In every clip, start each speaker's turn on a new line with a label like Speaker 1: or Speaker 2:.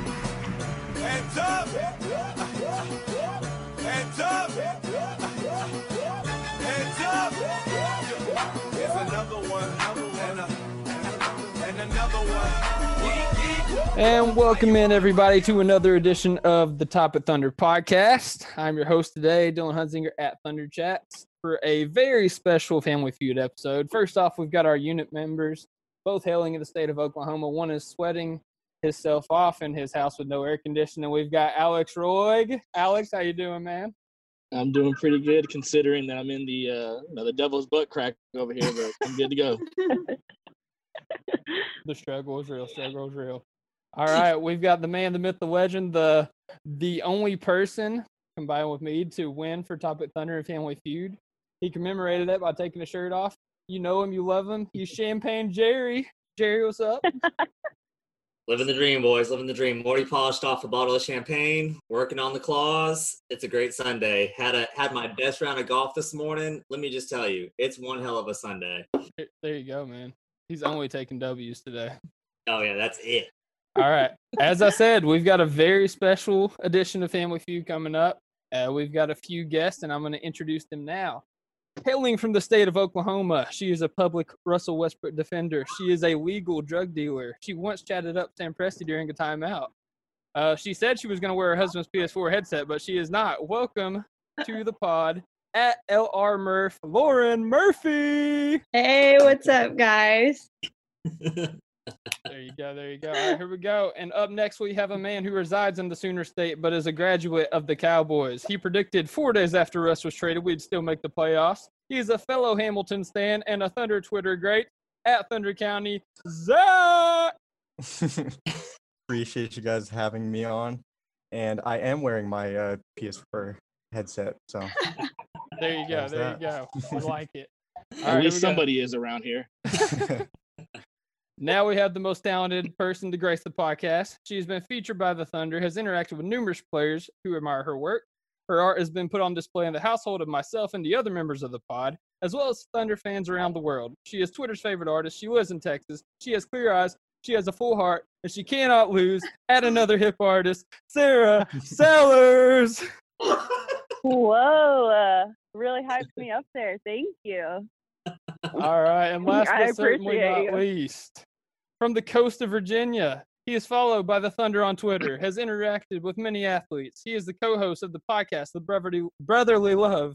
Speaker 1: Hands up! Hands up! Hands up! It's another one, and, a- and another one. Geek, geek.
Speaker 2: And welcome in everybody to another edition of the Top of Thunder podcast. I'm your host today, Dylan Hunzinger at Thunder Chats, for a very special Family Feud episode. First off, we've got our unit members, both hailing in the state of Oklahoma. One is sweating himself off in his house with no air conditioning. We've got Alex Roig. Alex, how you doing, man?
Speaker 3: I'm doing pretty good considering that I'm in the uh, you know, the devil's butt crack over here, but I'm good to go.
Speaker 2: The struggle is real. Struggle is real. All right, we've got the man, the myth, the legend, the the only person combined with me to win for Top at Thunder and Family Feud. He commemorated that by taking his shirt off. You know him, you love him. He's Champagne Jerry. Jerry, what's up?
Speaker 4: Living the dream, boys. Living the dream. Already polished off a bottle of champagne. Working on the claws. It's a great Sunday. Had a had my best round of golf this morning. Let me just tell you, it's one hell of a Sunday.
Speaker 2: There- There you go, man. He's only taking W's today.
Speaker 4: Oh yeah, that's it.
Speaker 2: All right. As I said, we've got a very special edition of Family Feud coming up. Uh, we've got a few guests, and I'm going to introduce them now. Hailing from the state of Oklahoma, she is a public Russell Westbrook defender. She is a legal drug dealer. She once chatted up Sam Presti during a timeout. Uh, she said she was going to wear her husband's PS4 headset, but she is not. Welcome to the pod at LR Murph, Lauren Murphy.
Speaker 5: Hey, what's up, guys?
Speaker 2: There you go. There you go. All right, here we go. And up next, we have a man who resides in the Sooner State, but is a graduate of the Cowboys. He predicted four days after Russ was traded, we'd still make the playoffs. He's a fellow Hamilton stan and a Thunder Twitter great at Thunder County. Zach.
Speaker 6: appreciate you guys having me on and i am wearing my uh, ps4 headset so
Speaker 2: There you go.
Speaker 6: There's
Speaker 2: There you go.
Speaker 6: that.
Speaker 2: I like it. All
Speaker 3: At
Speaker 2: right, here
Speaker 3: least
Speaker 2: we go.
Speaker 3: somebody is around here.
Speaker 2: Now we have the most talented person to grace the podcast. She has been featured by the Thunder, has interacted with numerous players who admire her work. Her art has been put on display in the household of myself and the other members of the pod, as well as Thunder fans around the world. She is Twitter's favorite artist. She lives in Texas. She has clear eyes. She has a full heart, and she cannot lose. At another hip artist, Sarah Sellers.
Speaker 7: Whoa, uh, really hyped me up there. Thank you.
Speaker 2: All right, and last
Speaker 7: I
Speaker 2: but certainly
Speaker 7: appreciate
Speaker 2: not
Speaker 7: you.
Speaker 2: least, from the coast of Virginia, he is followed by the Thunder on Twitter, has interacted with many athletes. He is the co-host of the podcast, The Brotherly, Brotherly Love.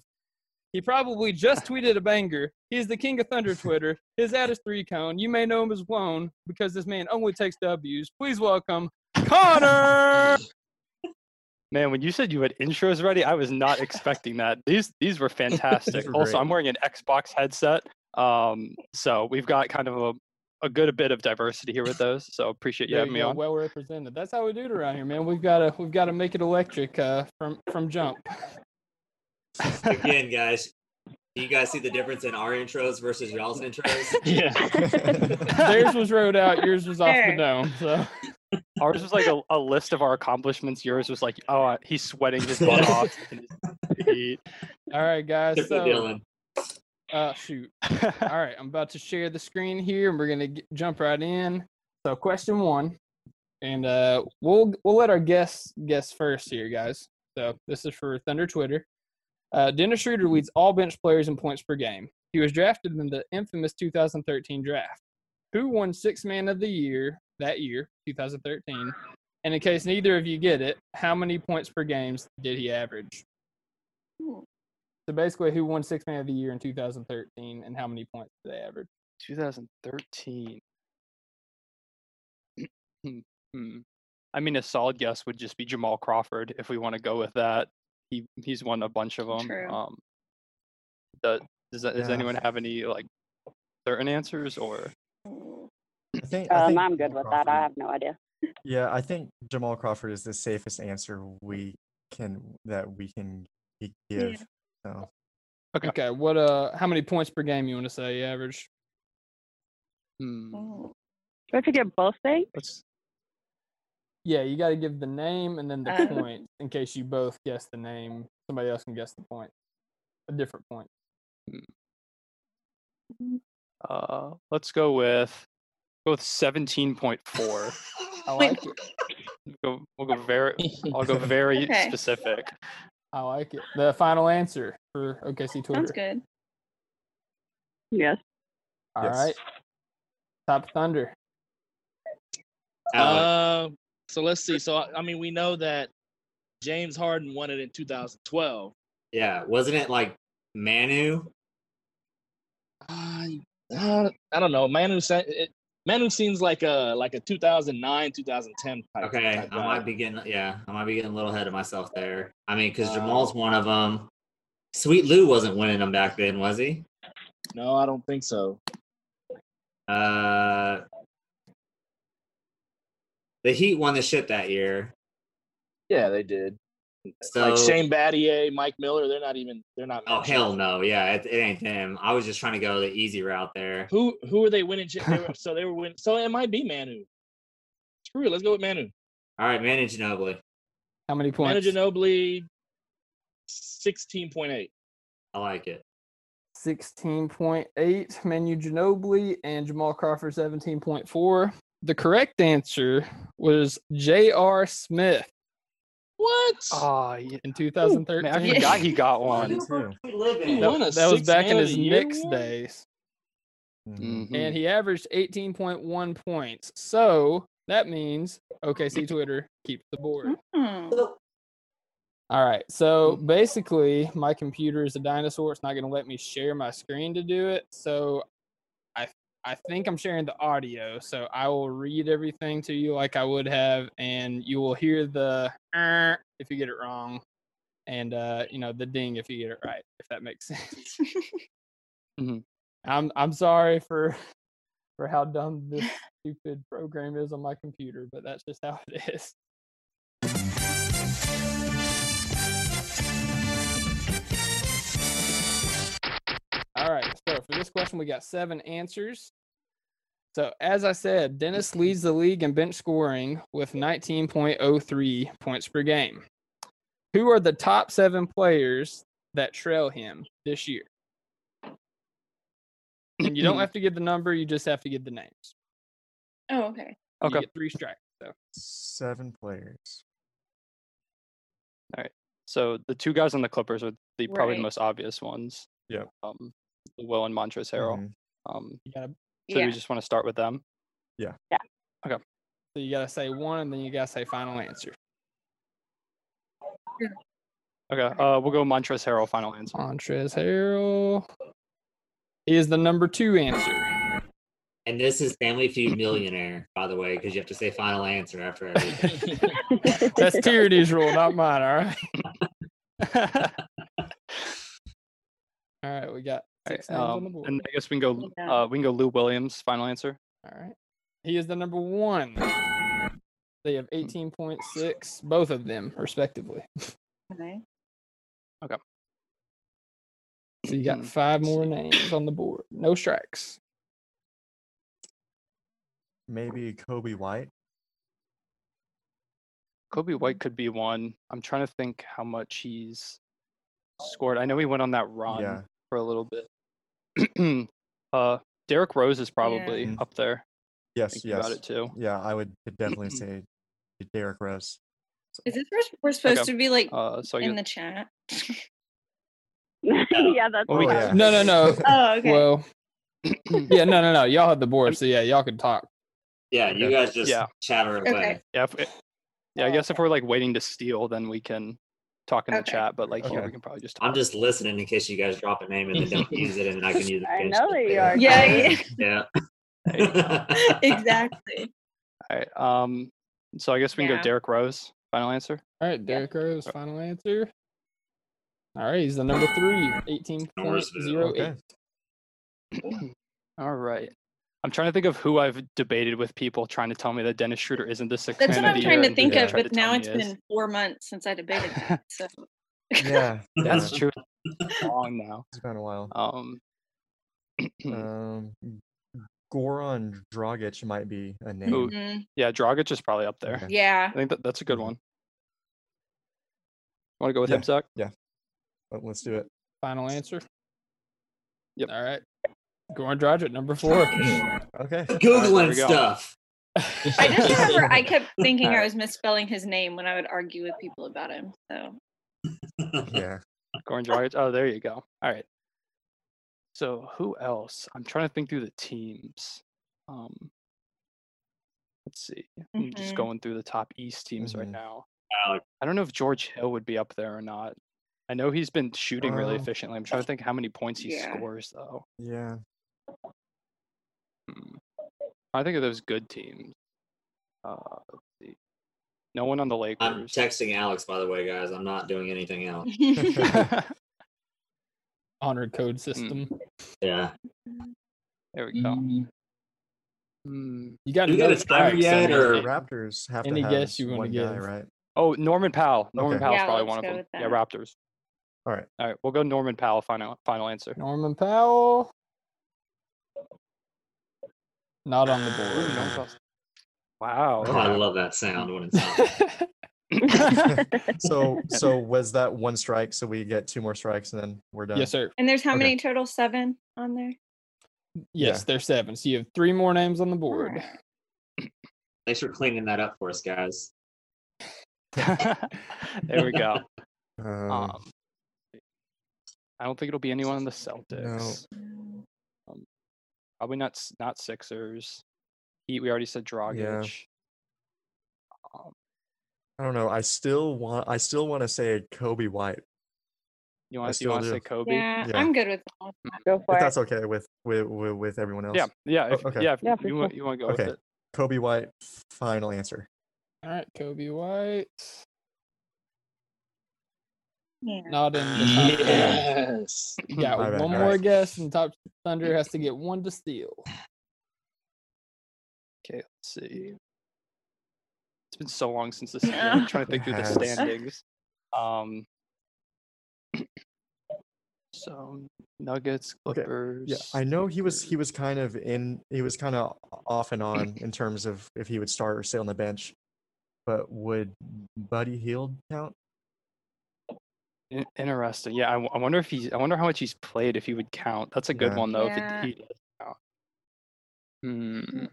Speaker 2: He probably just tweeted a banger. He is the king of Thunder Twitter. His ad is three cone. You may know him as Wone because this man only takes W's. Please welcome Connor.
Speaker 8: Man, when you said you had intros ready, I was not expecting that. These these were fantastic.
Speaker 6: were
Speaker 8: also,
Speaker 6: great.
Speaker 8: I'm wearing an Xbox headset, um, so we've got kind of a, a good bit of diversity here with those. So appreciate you
Speaker 2: There
Speaker 8: having me
Speaker 2: go,
Speaker 8: on.
Speaker 2: Well represented. That's how we do it around here, man. We've gotta we've gotta make it electric uh, from from jump.
Speaker 4: Again, guys. Do you guys see the difference in our intros versus y'all's intros?
Speaker 3: Yeah.
Speaker 2: Theirs was rode out. Yours was off the
Speaker 5: Sure.
Speaker 2: dome. So
Speaker 8: Ours was like a, a list of our accomplishments. Yours was like, oh, uh, he's sweating his butt off. and he's- he-
Speaker 2: all right, guys.
Speaker 4: Typical
Speaker 2: So
Speaker 4: Dylan.
Speaker 2: uh, shoot. All right, I'm about to share the screen here, and we're gonna g jump right in. So question one, and uh, we'll we'll let our guests guess first here, guys. So this is for Thunder Twitter. Uh, Dennis Schroeder leads all bench players in points per game. He was drafted in the infamous 2013 draft. Who won Six Man of the Year that year, 2013? And in case neither of you get it, how many points per games did he average? So basically, who won Six Man of the Year in 2013, and how many points did they average?
Speaker 8: 2013. Hmm. I mean, a solid guess would just be Jamal Crawford if we want to go with that. He he's won a bunch of them.
Speaker 5: True.
Speaker 8: Um, the, does that, does
Speaker 6: Yeah.
Speaker 8: anyone have any like certain answers or
Speaker 6: I think, I
Speaker 7: Um,
Speaker 6: think
Speaker 7: I'm good
Speaker 6: Jamal
Speaker 7: with that. I
Speaker 6: Crawford-
Speaker 7: have no idea.
Speaker 6: yeah i think jamal crawford is the safest answer we can that we can gi- give so
Speaker 8: Okay.
Speaker 2: Okay, what uh how many points per game you want to say average?
Speaker 8: Hmm.
Speaker 7: Oh. Do I have to get both things?
Speaker 8: Let's
Speaker 2: Yeah, you got to give the name and then the
Speaker 5: Uh.
Speaker 2: point in case you both guess the name. Somebody else can guess the point. A different point.
Speaker 8: uh let's go with go with seventeen point four.
Speaker 2: I
Speaker 5: Wait.
Speaker 2: like it.
Speaker 8: Go, we'll go very I'll go very
Speaker 5: Okay.
Speaker 8: specific.
Speaker 2: I like it. The final answer for OKC Twitter.
Speaker 5: Sounds good.
Speaker 7: Yes.
Speaker 2: All right.
Speaker 6: Yes.
Speaker 2: Top Thunder.
Speaker 4: Alec,
Speaker 3: Uh, so let's see. So I I mean, we know that James Harden won it in 2012.
Speaker 4: yeah, wasn't it like Manu?
Speaker 3: I, uh, I don't know. Manu sa- it, Manu seems like a like a 2009 2010 type.
Speaker 4: Okay,
Speaker 3: type
Speaker 4: I might
Speaker 3: guy.
Speaker 4: be getting yeah, I might be getting a little ahead of myself there. I mean, because
Speaker 3: Uh,
Speaker 4: Jamal's one of them. Sweet Lou wasn't winning them back then, was he?
Speaker 3: No, I don't think so.
Speaker 4: Uh, the Heat won the shit that year.
Speaker 3: Yeah, they did.
Speaker 4: So
Speaker 3: like Shane Battier, Mike Miller, they're not even they're not.
Speaker 4: Oh
Speaker 3: mentioned.
Speaker 4: hell no! Yeah, it, it ain't them. I was just trying to go the easy route there.
Speaker 3: Who who are they winning? cha- They were, so they were winning. So it might be Manu. Screw it. Let's go with Manu.
Speaker 4: All right, Manu Ginobili.
Speaker 2: How many
Speaker 3: Manu
Speaker 2: points?
Speaker 3: Ginobili, sixteen point eight.
Speaker 4: I like it.
Speaker 2: 16.8. Manu Ginobili and Jamal Crawford 17.4. The correct answer was J.R. Smith
Speaker 3: What?
Speaker 8: Oh, yeah.
Speaker 2: in
Speaker 8: Man, I
Speaker 2: 2013.
Speaker 8: forgot he got one.
Speaker 6: One,
Speaker 3: He
Speaker 2: That,
Speaker 3: won a
Speaker 2: that was
Speaker 3: six
Speaker 2: back in
Speaker 3: man Hmm. of
Speaker 2: his
Speaker 3: the year
Speaker 2: Knicks
Speaker 3: award?
Speaker 2: days.
Speaker 6: Mhm.
Speaker 8: Mhm.
Speaker 2: and he averaged 18.1 points. So that means OKC Twitter keeps the board.
Speaker 5: Hmm.
Speaker 2: All right. So basically, my computer is a dinosaur. It's not going to let me share my screen to do it. So I I think I'm sharing the audio. So I will read everything to you like I would have, and you will hear the "Er" if you get it wrong, and uh, you know the ding if you get it right. If that makes sense. Mm-hmm.
Speaker 8: Mhm.
Speaker 2: I'm I'm sorry for for how dumb this stupid program is on my computer, but that's just how it is. All right. So for this question, we got seven answers. So as I said, Dennis leads the league in bench scoring with 19.03 points per game. Who are the top seven players that trail him this year?
Speaker 8: Mm-hmm.
Speaker 2: And you don't have to give the number; you just have to give the names.
Speaker 5: Oh, okay.
Speaker 2: You
Speaker 8: Okay.
Speaker 2: get three strikes. So
Speaker 6: Seven players.
Speaker 8: So the two guys on the Clippers are the probably
Speaker 5: Right.
Speaker 8: the most obvious ones.
Speaker 6: Yep.
Speaker 8: Um, Will and Montrezl Harrell.
Speaker 6: Mhm.
Speaker 8: Um,
Speaker 2: you gotta
Speaker 8: so
Speaker 5: yeah.
Speaker 8: we just want to start with them.
Speaker 2: so you gotta say one, and then you gotta say final answer.
Speaker 8: Okay. Uh, we'll go Montrezl Harrell final answer.
Speaker 2: Montrez Harrell is the number two answer.
Speaker 4: And this is Family Feud Millionaire, by the way, because you have to say final answer after everything.
Speaker 2: That's tyranny's rule, not mine. All right. All right, we got
Speaker 8: All right,
Speaker 2: six names on the
Speaker 8: um,
Speaker 2: board.
Speaker 8: and I guess we can go.
Speaker 5: Yeah.
Speaker 8: Uh, we can go Lou Williams final answer.
Speaker 2: All right. He is the number one. They have
Speaker 8: Hmm.
Speaker 2: 18.6, both of them, respectively.
Speaker 5: Okay.
Speaker 2: So you got
Speaker 8: Hmm,
Speaker 2: five
Speaker 8: let's
Speaker 2: more names on the board. No strikes.
Speaker 6: Maybe Kobe White.
Speaker 8: Kobe White could be one. I'm trying to think how much he's scored. I know he went on that run
Speaker 6: Yeah.
Speaker 8: for a little bit. uh, Derek Rose is probably
Speaker 6: Mhm.
Speaker 8: up there.
Speaker 6: Yes,
Speaker 8: Thinking about
Speaker 6: yes.
Speaker 8: it too.
Speaker 6: Yeah, I would definitely say Derrick Rose.
Speaker 5: Is this where we're supposed
Speaker 8: Okay.
Speaker 5: to be
Speaker 7: Oh,
Speaker 5: like
Speaker 8: Uh, so I
Speaker 5: in the
Speaker 8: guess-
Speaker 5: chat?
Speaker 7: Oh. yeah, that's
Speaker 8: Well, we
Speaker 7: what
Speaker 6: can-
Speaker 7: I was-
Speaker 2: No, no, no.
Speaker 5: oh, okay.
Speaker 2: Well, yeah, no, no, no. Y'all had the board, so yeah, y'all could talk.
Speaker 4: yeah, you
Speaker 6: Okay.
Speaker 4: guys just
Speaker 8: Yeah.
Speaker 4: chatter away.
Speaker 5: Okay.
Speaker 8: yeah, if it- yeah. I
Speaker 5: Oh,
Speaker 8: guess if we're like waiting to steal, then we can talk in the
Speaker 5: Okay.
Speaker 8: chat. But like here,
Speaker 6: Okay.
Speaker 8: we can probably just.
Speaker 4: I'm
Speaker 8: talk.
Speaker 4: just listening in case you guys drop a name and then don't use it, and I can use it.
Speaker 7: I
Speaker 4: against
Speaker 7: know
Speaker 4: it
Speaker 7: that you
Speaker 4: later.
Speaker 7: are.
Speaker 5: Yeah, yeah.
Speaker 4: Yeah.
Speaker 8: There you go.
Speaker 5: exactly.
Speaker 8: All right. Um. So I guess we can
Speaker 5: Yeah.
Speaker 8: go Derek Rose final answer.
Speaker 2: All right, Derek
Speaker 8: Uh,
Speaker 2: Rose, final answer. All right, he's the number three, 18.08.
Speaker 6: Okay.
Speaker 8: All right. I'm trying to think of who I've debated with people trying to tell me that Dennis Schroeder isn't the sixth
Speaker 5: That's
Speaker 8: man
Speaker 5: what
Speaker 8: of
Speaker 5: I'm
Speaker 8: the
Speaker 5: trying
Speaker 8: year
Speaker 5: to
Speaker 8: and
Speaker 5: think
Speaker 8: people
Speaker 5: of,
Speaker 8: tried
Speaker 5: but
Speaker 8: to tell
Speaker 5: now
Speaker 8: me
Speaker 5: it's
Speaker 8: he is.
Speaker 5: been four months since I debated that. So
Speaker 6: Yeah,
Speaker 8: That's
Speaker 6: yeah,
Speaker 8: true. Long now.
Speaker 6: It's been a while.
Speaker 8: Um,
Speaker 6: Um, Goran Dragic might be a name.
Speaker 8: Ooh,
Speaker 5: Mm,
Speaker 8: yeah, Dragic is probably up there.
Speaker 6: Okay.
Speaker 5: yeah.
Speaker 8: I think that, that's a good
Speaker 6: Mhm.
Speaker 8: one. Want to go with
Speaker 6: Yeah.
Speaker 8: him, Zach?
Speaker 6: Let- Let's do it.
Speaker 2: Final answer.
Speaker 8: Yep.
Speaker 2: All right. Goran Dragic, number four.
Speaker 6: Okay.
Speaker 8: there
Speaker 4: Googling
Speaker 8: we go.
Speaker 4: stuff.
Speaker 5: I just remember I kept thinking I was misspelling his name when I would argue with people about him. So
Speaker 6: Yeah.
Speaker 8: Goran Dragic. Oh, there you go. All right. So who else? I'm trying to think through the teams. Um, let's see. I'm just
Speaker 5: Mhm.
Speaker 8: going through the top East teams right
Speaker 5: Mm-hmm.
Speaker 6: Mhm.
Speaker 8: now.
Speaker 4: Wow.
Speaker 8: I don't know if George Hill would be up there or not. I know he's been shooting really
Speaker 6: Um,
Speaker 8: efficiently. I'm trying to think how many points he
Speaker 5: Oh. Yeah.
Speaker 8: scores though.
Speaker 6: Yeah.
Speaker 8: Hmm. I think of those good teams. Uh, let's see. No one on the Lakers.
Speaker 4: I'm texting Alex, by the way, guys. I'm not doing anything else.
Speaker 5: yeah,
Speaker 2: Honor code system.
Speaker 4: Yeah.
Speaker 8: Hmm. there we
Speaker 5: Mm.
Speaker 8: go. Hmm.
Speaker 2: You got
Speaker 4: Do we get
Speaker 2: another
Speaker 4: a timer
Speaker 2: strike, so
Speaker 4: yet,
Speaker 2: you're-
Speaker 4: or-
Speaker 6: The Raptors have
Speaker 2: Any
Speaker 6: to have
Speaker 2: guess you wanna
Speaker 6: one guy,
Speaker 2: give?
Speaker 6: right?
Speaker 8: Oh, Norman Powell. Norman
Speaker 6: Okay.
Speaker 8: Powell's
Speaker 5: Yeah,
Speaker 8: probably
Speaker 5: let's
Speaker 8: one
Speaker 5: go
Speaker 8: of them.
Speaker 5: with
Speaker 8: Yeah,
Speaker 5: that.
Speaker 8: Raptors.
Speaker 6: All right.
Speaker 8: All right, we'll go Norman Powell. Final final answer.
Speaker 2: Norman Powell. Not on
Speaker 8: Ooh, Norman
Speaker 2: the
Speaker 8: Powell's- Wow.
Speaker 4: Oh, I
Speaker 8: okay.
Speaker 4: love that sound when it's on.
Speaker 2: board.
Speaker 6: So so was that one strike? So we get two more strikes and then we're done.
Speaker 2: yes, sir.
Speaker 5: and there's how
Speaker 6: Okay.
Speaker 5: many total? Seven on there.
Speaker 2: Yes,
Speaker 6: Yeah.
Speaker 2: there's seven. So you have three more names on the board.
Speaker 5: Alright.
Speaker 4: Thanks for cleaning that up for us, guys.
Speaker 8: there we go.
Speaker 6: Um,
Speaker 8: Um, I don't think it'll be anyone on the Celtics. Um, probably not s- not Sixers. Heat. We already said Dragic. Um,
Speaker 6: I don't know. I still want I still want to say Kobe White.
Speaker 8: you
Speaker 6: I
Speaker 8: want you
Speaker 6: still
Speaker 8: want to
Speaker 6: do.
Speaker 8: say Kobe?
Speaker 5: Yeah,
Speaker 6: Yeah.
Speaker 5: I'm good with that.
Speaker 7: Go for it.
Speaker 6: If that's okay with with with, with everyone else.
Speaker 8: yeah, yeah.
Speaker 6: Oh,
Speaker 8: If,
Speaker 6: okay.
Speaker 8: Yeah, if
Speaker 7: Yeah, for
Speaker 8: you
Speaker 7: sure.
Speaker 8: want you want to go
Speaker 6: Okay.
Speaker 8: with it.
Speaker 6: Kobe White final answer.
Speaker 2: All right, Kobe White.
Speaker 5: Yeah.
Speaker 2: Not in the top ten.
Speaker 3: Yes.
Speaker 2: You got
Speaker 6: My bad,
Speaker 2: one
Speaker 6: all
Speaker 2: more
Speaker 6: right.
Speaker 2: guess, and Top Thunder has to get one to steal.
Speaker 8: Okay, let's see. It's been so long since this season.
Speaker 5: Yeah.
Speaker 8: I'm trying to think through the
Speaker 6: Yes.
Speaker 8: standings. Um, so Nuggets,
Speaker 6: Okay,
Speaker 8: Clippers.
Speaker 6: Yeah, I know he was he was kind of in he was kind of off and on in terms of if he would start or sit on the bench. But would Buddy Heald count?
Speaker 8: In- interesting. Yeah, I, w- I wonder if he's. I wonder how much he's played. If he would count. That's a good
Speaker 6: Yeah.
Speaker 8: one though.
Speaker 5: Yeah.
Speaker 8: If it, he does count. Hmm.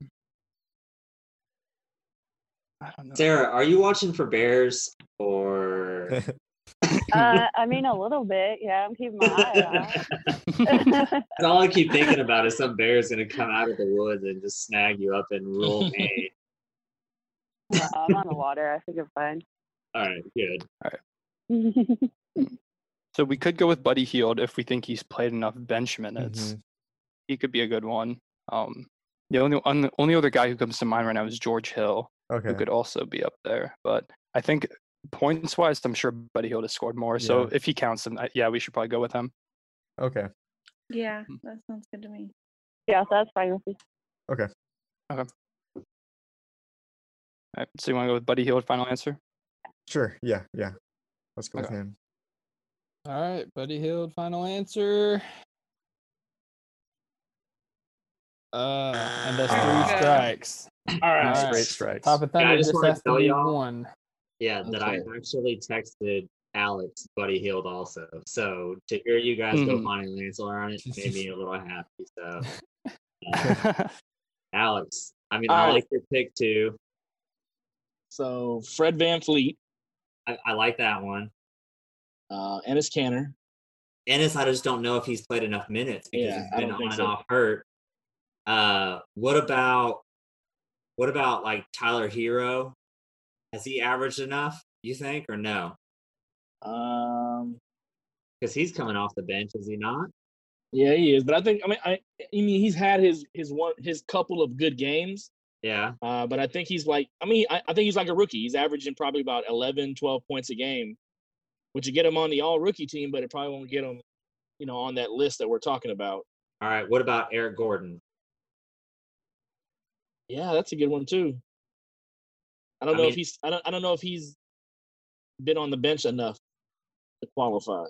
Speaker 8: I don't know.
Speaker 4: Sarah, are you watching for bears or?
Speaker 7: uh, I mean, a little bit. Yeah, I'm keeping my eye
Speaker 5: Uh,
Speaker 7: out.
Speaker 4: And all I keep thinking about is some bear is going to come out of the woods and just snag you up and roll me.
Speaker 7: No, I'm on the water. I think I'm fine.
Speaker 4: All right, good.
Speaker 8: So we could go with Buddy Heald if we think he's played enough bench minutes.
Speaker 6: Mhm.
Speaker 8: He could be a good one. Um, the only on only other guy who comes to mind right now is George Hill, who
Speaker 6: Okay.
Speaker 8: could also be up there. But I think points wise, I'm sure Buddy Hield has scored more. So
Speaker 6: Yeah.
Speaker 8: if he counts them, I- yeah, we should probably go with him.
Speaker 6: Okay.
Speaker 5: Yeah, that sounds good to me.
Speaker 7: yeah, that's fine with me.
Speaker 8: All right, so you want to go with Buddy Hield? Final answer.
Speaker 6: Sure. Yeah. Yeah. Let's go
Speaker 8: Okay.
Speaker 6: with him.
Speaker 2: All right, Buddy Hield, final answer. Uh, and that's
Speaker 6: Ah.
Speaker 2: three strikes.
Speaker 4: All
Speaker 2: right.
Speaker 6: Three
Speaker 2: Alright.
Speaker 6: Straight strikes.
Speaker 2: Top of Thunder
Speaker 4: just
Speaker 2: just,
Speaker 4: wanna
Speaker 2: has to
Speaker 4: tell
Speaker 2: be
Speaker 4: y'all-
Speaker 2: one.
Speaker 4: Yeah, that I actually texted Alex Buddy Healed also. So to hear you guys go
Speaker 8: Mhm.
Speaker 4: final answer on it made me a little happy. So, uh, Alex, I mean, I
Speaker 3: Alright.
Speaker 4: like your pick too.
Speaker 3: So Fred Van Fleet,
Speaker 4: I, I like that one.
Speaker 3: uh, Ennis Canner.
Speaker 4: Ennis, I just don't know if he's played enough minutes because
Speaker 3: Yeah, I
Speaker 4: he's been
Speaker 3: don't
Speaker 4: on
Speaker 3: think
Speaker 4: and
Speaker 3: so.
Speaker 4: off hurt. Uh, what about what about like Tyler Hero? Has he averaged enough? You think or no?
Speaker 3: Um,
Speaker 4: Because he's coming off the bench, is he not?
Speaker 3: yeah, he is. But I think I mean I, I mean he's had his his one his couple of good games.
Speaker 4: Yeah,
Speaker 3: Uh, but I think he's like, I mean, I, I think he's like a rookie. He's averaging probably about 11, 12 points a game, which would get him on the all rookie team, but it probably won't get him, you know, on that list that we're talking about.
Speaker 4: All right. What about Eric Gordon?
Speaker 3: Yeah, that's a good one too. I don't
Speaker 4: I
Speaker 3: know
Speaker 4: mean-
Speaker 3: if he's, I don't, I don't know if he's been on the bench enough. to qualify.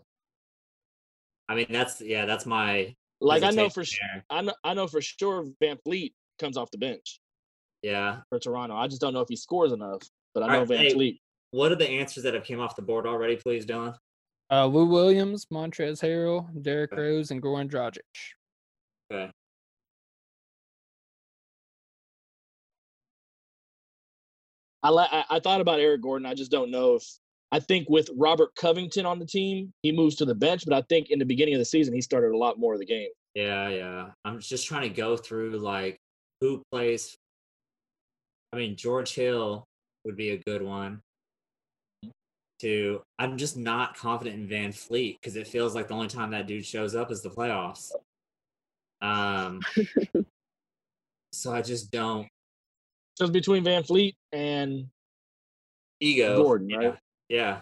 Speaker 4: I mean, that's yeah, that's my
Speaker 3: Like I know for
Speaker 4: hesitation
Speaker 3: sure,
Speaker 4: there.
Speaker 3: I know I know for sure Van Fleet comes off the bench
Speaker 4: Yeah.
Speaker 3: for Toronto. I just don't know if he scores enough, but I know
Speaker 4: Alright,
Speaker 3: Van
Speaker 4: hey.
Speaker 3: Fleet.
Speaker 4: What are the answers that have came off the board already, please, Dylan?
Speaker 2: Uh, Lou Williams, Montrez Harrell, Derrick Rose, and Goran Dragic.
Speaker 4: Okay.
Speaker 3: I li- I, I thought about Eric Gordon. I just don't know if I think with Robert Covington on the team, he moves to the bench. But I think in the beginning of the season, he started a lot more of the game.
Speaker 4: Yeah, yeah. I'm just trying to go through like who plays. I mean, George Hill would be a good one. To I'm just not confident in Van Fleet because it feels like the only time that dude shows up is the playoffs. Um, so I just don't
Speaker 3: So it's between Van Fleet and
Speaker 4: ego.
Speaker 3: Gordon,
Speaker 4: yeah,
Speaker 3: right?
Speaker 4: Yeah,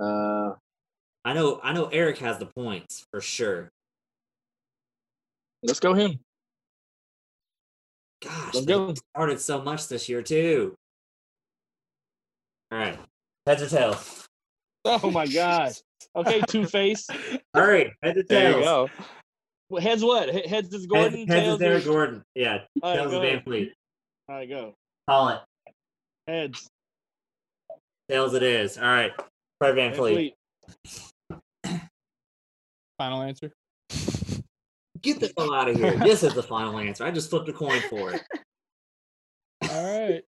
Speaker 3: uh,
Speaker 4: I know. I know Eric has the points for sure.
Speaker 3: let's go him.
Speaker 4: Gosh,
Speaker 3: Let's
Speaker 4: they
Speaker 3: go.
Speaker 4: started so much this year too. All right, heads or tails.
Speaker 3: Oh my God. Okay, Two Face.
Speaker 4: Hurry, head to
Speaker 8: There
Speaker 4: tails.
Speaker 8: you go.
Speaker 3: Heads what? He- Heads is
Speaker 4: Heads-
Speaker 3: Gordon.
Speaker 4: heads is
Speaker 3: tails
Speaker 4: Eric
Speaker 3: is-
Speaker 4: Gordon. Yeah,
Speaker 3: All right,
Speaker 4: tails is
Speaker 3: go
Speaker 4: Van
Speaker 3: ahead.
Speaker 4: Fleet.
Speaker 3: All right, go.
Speaker 4: Call it.
Speaker 3: Heads.
Speaker 4: Tails it is. All right, Fred Van
Speaker 3: Van
Speaker 4: Fleet.
Speaker 3: Fleet.
Speaker 2: Final answer.
Speaker 4: Get the hell out of here. this is the final answer. I just flipped a coin for it.
Speaker 2: All right.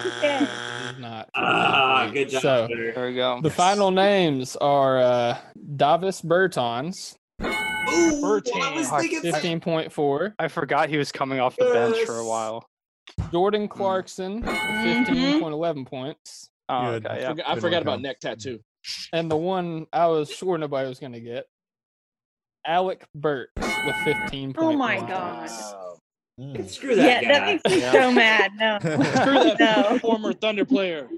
Speaker 2: It is not.
Speaker 4: Ah, good job.
Speaker 2: So-
Speaker 4: sir.
Speaker 8: There we go.
Speaker 2: The final names are uh, Davis Bertons,
Speaker 4: Ooh, I
Speaker 3: Bertan.
Speaker 4: was
Speaker 8: Hot
Speaker 4: thinking. that-
Speaker 2: 15.4,
Speaker 8: I forgot he was coming off the bench for a
Speaker 4: Yes.
Speaker 8: while.
Speaker 2: Jordan
Speaker 4: Hmm.
Speaker 2: Clarkson,
Speaker 5: Mm-hmm.
Speaker 2: 15.11 points,
Speaker 8: Oh,
Speaker 6: Good.
Speaker 8: okay,
Speaker 3: I
Speaker 8: yeah.
Speaker 3: forgot- I
Speaker 6: Good
Speaker 3: forgot
Speaker 6: one,
Speaker 3: about
Speaker 6: Kyle.
Speaker 3: neck tattoo.
Speaker 2: and the one I was sure nobody was going to get, Alec Burks with 15.1
Speaker 5: Oh my
Speaker 2: points.
Speaker 5: God.
Speaker 3: Oh,
Speaker 6: Mm.
Speaker 4: Screw that
Speaker 5: yeah,
Speaker 4: guy.
Speaker 5: that makes me
Speaker 6: Yeah.
Speaker 5: so mad. No.
Speaker 6: Hmm.
Speaker 3: Screw
Speaker 5: No.
Speaker 3: that former Thunder player.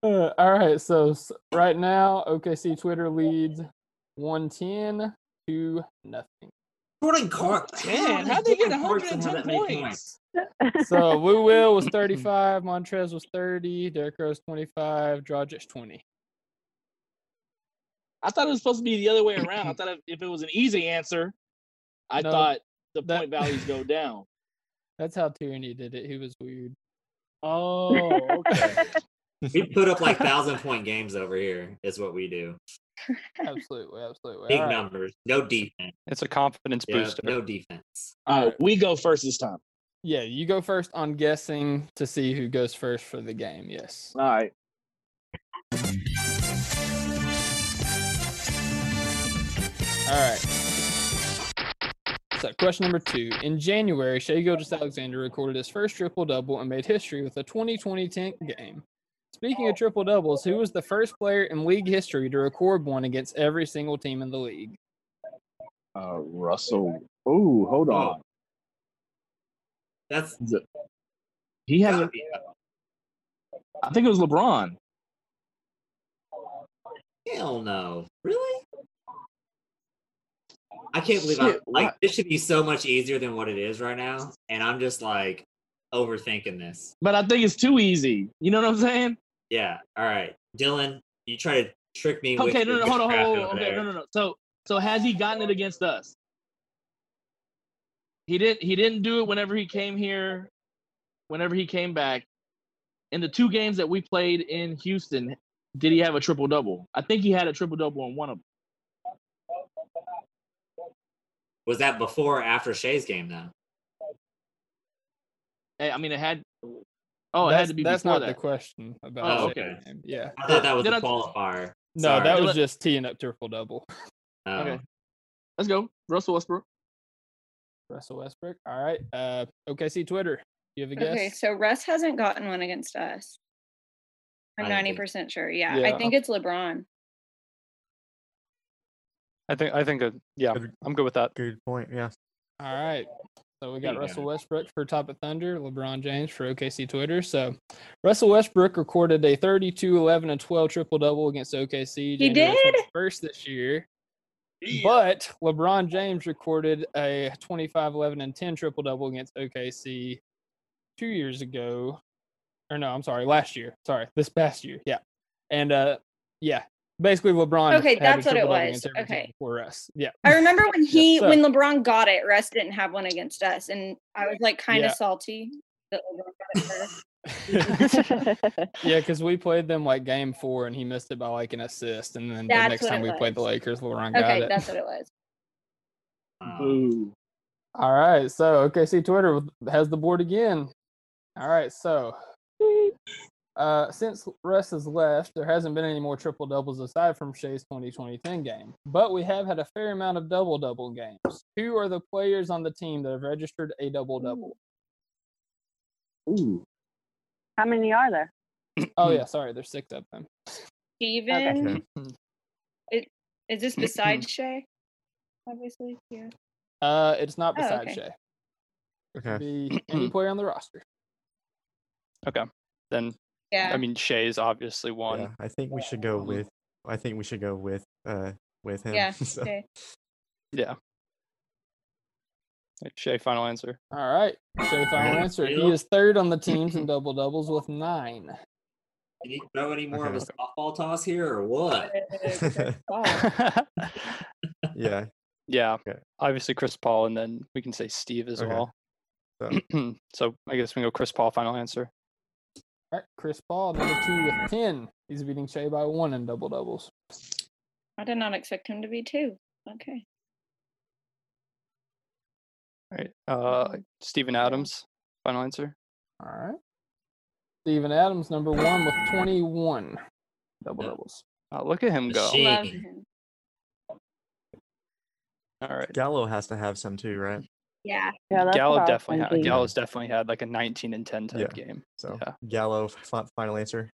Speaker 2: Uh, all right, so s- right now OKC Twitter leads 110 to nothing.
Speaker 4: Jordan Clark.
Speaker 3: Man, how'd they get 110 points?
Speaker 2: So Lou Will was 35, Montrez was 30, Derrick Rose 25, Dragic 20.
Speaker 3: I thought it was supposed to be the other way around. I thought if- if it was an easy answer, I
Speaker 2: No,
Speaker 3: thought the
Speaker 2: that-
Speaker 3: point values go down.
Speaker 2: That's how Tyranny did it. He was weird.
Speaker 3: Oh, okay.
Speaker 4: We put up like thousand point games over here. Is what we do.
Speaker 2: Absolutely, absolutely.
Speaker 4: Big
Speaker 2: All right.
Speaker 4: numbers. No defense.
Speaker 8: It's a confidence
Speaker 4: Yeah,
Speaker 8: booster.
Speaker 4: no defense.
Speaker 3: All right, we go first this time.
Speaker 2: Yeah, you go first on guessing to see who goes first for the game. Yes.
Speaker 3: All right.
Speaker 2: All right. So, question number two. In January, Shea Gildas Alexander recorded his first triple double and made history with a 2020 10 game. Speaking of triple doubles, who was the first player in league history to record one against every single team in the league?
Speaker 1: Uh, Russell. Oh, hold on.
Speaker 4: That's
Speaker 3: He had,
Speaker 4: gotta
Speaker 3: a-
Speaker 4: be-
Speaker 3: I think it was LeBron.
Speaker 4: Hell no. Really? I can't believe I,
Speaker 3: Shit,
Speaker 4: like
Speaker 3: what?
Speaker 4: this should be so much easier than what it is right now. And I'm just like overthinking this.
Speaker 3: But I think it's too easy. You know what I'm saying?
Speaker 4: Yeah. All right. Dylan, you try to trick me with
Speaker 3: Okay, no,
Speaker 4: your
Speaker 3: no, hold on,
Speaker 4: witchcraft
Speaker 3: hold on.
Speaker 4: over
Speaker 3: Okay,
Speaker 4: there.
Speaker 3: no, no, no. So, so has he gotten it against us? He didn't. He didn't do it whenever he came here. Whenever he came back, in the two games that we played in Houston, did he have a triple double? I think he had a triple double in one of them.
Speaker 4: Was that before or after Shay's game though?
Speaker 3: Hey, Eh, I mean, it had. Oh, it
Speaker 2: that's,
Speaker 3: had to be
Speaker 2: that's
Speaker 3: before
Speaker 2: not the
Speaker 3: that.
Speaker 2: question about
Speaker 3: Oh,
Speaker 2: the
Speaker 3: okay.
Speaker 2: game. Yeah.
Speaker 4: I thought that was
Speaker 3: Uh, Did
Speaker 4: a
Speaker 3: I-
Speaker 4: qualifier.
Speaker 2: No,
Speaker 4: Sorry.
Speaker 2: that
Speaker 3: Dylan-
Speaker 2: was just teeing up triple double.
Speaker 4: Oh.
Speaker 3: Okay. Let's go, Russell Westbrook.
Speaker 2: Russell Westbrook. All right. Uh, OKC Twitter. You have a guess?
Speaker 5: Okay, so Russ hasn't gotten one against us. I'm
Speaker 4: I don't
Speaker 5: ninety
Speaker 4: think-
Speaker 5: percent sure. Yeah,
Speaker 8: Yeah.
Speaker 5: I think it's LeBron.
Speaker 8: I think I think uh, yeah,
Speaker 6: Good-
Speaker 8: I'm good with that.
Speaker 6: Good point. Yeah.
Speaker 2: All right. So we
Speaker 4: There
Speaker 2: got
Speaker 4: you
Speaker 2: Russell
Speaker 4: go.
Speaker 2: Westbrook for Top of Thunder, LeBron James for OKC Twitter. So Russell Westbrook recorded a 32, 11, and 12 triple double against OKC.
Speaker 5: He did?
Speaker 2: First this year. But LeBron James recorded a 25, 11, and 10 triple double against OKC two years ago. or no, I'm sorry, last year. Sorry, this past year. Yeah, and uh, yeah, basically LeBron.
Speaker 5: Okay,
Speaker 2: had a
Speaker 5: that's what it
Speaker 2: triple-double
Speaker 5: was.
Speaker 2: against every team
Speaker 5: Okay.
Speaker 2: before us. Yeah,
Speaker 5: I remember when he,
Speaker 2: so-
Speaker 5: when LeBron got it, Russ didn't have one against us, and I was like kind of
Speaker 2: Yeah.
Speaker 5: salty that LeBron got it first.
Speaker 2: yeah, because we played them like game four, and he missed it by like an assist, and then the
Speaker 5: That's
Speaker 2: next
Speaker 5: what
Speaker 2: time we
Speaker 5: it
Speaker 2: played the
Speaker 5: was.
Speaker 2: Lakers, LeBron got
Speaker 5: okay,
Speaker 2: it.
Speaker 5: that's what it was.
Speaker 4: Uh,
Speaker 3: Boo.
Speaker 2: All right, so OKC Twitter with- has the board again. All right, so uh, since Russ has left, there hasn't been any more triple doubles aside from Shea's 2020-10 game, but we have had a fair amount of double double games. Who are the players on the team that have registered a double double?
Speaker 3: Ooh.
Speaker 7: How many are there?
Speaker 2: Oh
Speaker 5: hmm.
Speaker 2: yeah, sorry, there's six of them.
Speaker 5: Steven, it, is this besides Shay? Obviously, yeah.
Speaker 2: Uh, it's not
Speaker 5: Oh,
Speaker 2: beside
Speaker 5: okay.
Speaker 2: Shea.
Speaker 6: Okay.
Speaker 2: Be any player on the roster.
Speaker 8: Then
Speaker 5: Yeah.
Speaker 8: I mean, Shay's obviously one.
Speaker 6: Yeah, I think we should go
Speaker 8: Um,
Speaker 6: with. I think we should go with. Uh, with him.
Speaker 5: yeah.
Speaker 6: so-
Speaker 5: Shay.
Speaker 8: Shay, final answer.
Speaker 2: All right. So final
Speaker 4: Yeah,
Speaker 2: answer. He
Speaker 4: Caleb.
Speaker 2: is third on the teams in double doubles with nine.
Speaker 4: Did you throw any more of
Speaker 6: Okay.
Speaker 4: a softball toss here or what?
Speaker 6: yeah.
Speaker 8: yeah,
Speaker 6: Okay.
Speaker 8: obviously Chris Paul, and then we can say Steve as
Speaker 6: Okay,
Speaker 8: well. So. I guess we can go Chris Paul. Final answer.
Speaker 2: All right. Chris Paul, number two with 10. He's beating Shea by one in double doubles.
Speaker 5: I did not expect him to be two. Okay.
Speaker 8: All right. Uh, Stephen Adams. Final answer.
Speaker 2: All right. Steven Adams, number one with 21 double
Speaker 4: Yeah.
Speaker 2: doubles.
Speaker 8: Uh, look at him go.
Speaker 4: Machine.
Speaker 5: Love
Speaker 4: Shane.
Speaker 5: him.
Speaker 8: All right.
Speaker 6: Gallo has to have some too, right?
Speaker 5: Yeah.
Speaker 7: Yeah, that's what I
Speaker 8: Gallo
Speaker 7: was
Speaker 8: definitely had.
Speaker 7: thinking.
Speaker 8: Gallo's definitely had like a 19 and 10 type game.
Speaker 6: So
Speaker 8: Yeah.
Speaker 6: Gallo, fi- final answer.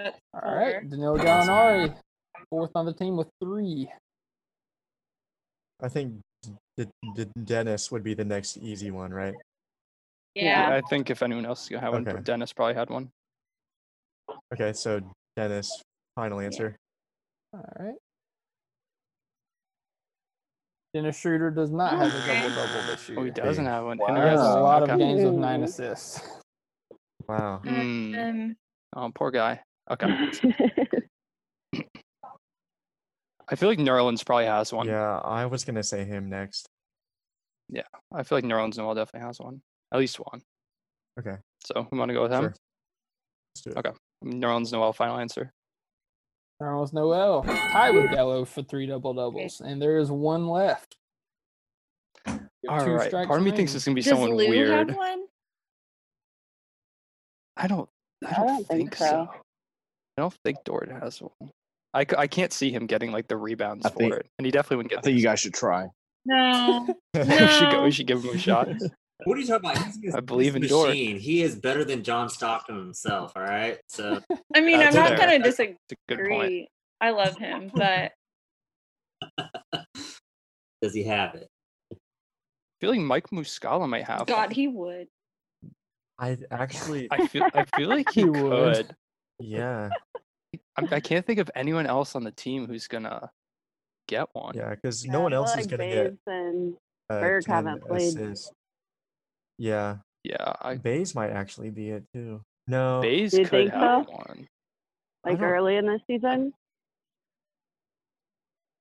Speaker 2: All right.
Speaker 5: Four.
Speaker 2: Danilo Gallinari, fourth on the team with three.
Speaker 6: I think D- D- Dennis would be the next easy one, right?
Speaker 5: Yeah.
Speaker 8: I think if anyone else is gonna have one,
Speaker 6: Okay.
Speaker 8: Dennis probably had one.
Speaker 6: Okay, so Dennis, final answer.
Speaker 2: All right. Dennis Schroeder does not have a double double this year.
Speaker 8: Oh, he doesn't have one.
Speaker 2: He has a
Speaker 8: Interesting,
Speaker 2: lot of
Speaker 8: okay.
Speaker 2: games with nine assists.
Speaker 6: Wow.
Speaker 7: Mm-hmm.
Speaker 8: Mm,
Speaker 5: Um,
Speaker 8: Oh, poor guy. Okay. I feel like Nerlens probably has one.
Speaker 6: Yeah, I was gonna say him next.
Speaker 8: I feel like Nerlens Noel definitely has one. At least one.
Speaker 6: Okay,
Speaker 8: So we want to go with him.
Speaker 6: Sure. let's do it.
Speaker 8: Okay. Nerlens Noel, final answer.
Speaker 2: Charles Noel tied with Gallo for three double doubles, and there is one left. You have
Speaker 8: All
Speaker 2: two
Speaker 8: right.
Speaker 2: strikes
Speaker 8: Part of me thinks
Speaker 2: remaining.
Speaker 8: it's gonna be
Speaker 5: does
Speaker 8: someone
Speaker 5: Lou
Speaker 8: weird.
Speaker 5: have one?
Speaker 8: I don't. I don't, think, so. I don't think Dort has one. I, c- I can't see him getting like the rebounds
Speaker 3: I
Speaker 8: for
Speaker 3: think-
Speaker 8: it, and he definitely wouldn't get.
Speaker 3: I think you
Speaker 8: those.
Speaker 3: guys should try.
Speaker 5: No.
Speaker 8: we should go.
Speaker 5: No.
Speaker 8: We should give him a shot.
Speaker 4: What are you talking about? He's- he's-
Speaker 8: I believe
Speaker 4: he's
Speaker 8: in
Speaker 4: a
Speaker 8: Dort.
Speaker 4: machine. He is better than John Stockton himself. All right, so
Speaker 5: I mean,
Speaker 4: That's
Speaker 5: I'm not
Speaker 8: fair.
Speaker 5: going
Speaker 8: That's
Speaker 5: to
Speaker 8: It's a good point.
Speaker 5: disagree. I love him, but
Speaker 4: does he have it?
Speaker 8: I feel like Mike Muscala might have. one.
Speaker 5: God, he would.
Speaker 6: I actually,
Speaker 8: I feel. I feel like he,
Speaker 2: He would.
Speaker 8: could.
Speaker 6: yeah,
Speaker 8: I, I can't think of anyone else on the team who's gonna get one.
Speaker 6: yeah, because no one else is gonna get
Speaker 7: And
Speaker 6: uh,
Speaker 7: Berg
Speaker 6: 10
Speaker 7: haven't played.
Speaker 6: assists. Yeah,
Speaker 8: Yeah, I
Speaker 6: Bays might actually be it too.
Speaker 3: Uh,
Speaker 6: No,
Speaker 8: Bays
Speaker 7: Do you
Speaker 8: could
Speaker 7: think
Speaker 8: have
Speaker 7: so?
Speaker 8: one.
Speaker 7: like
Speaker 6: don't-
Speaker 7: early in the season.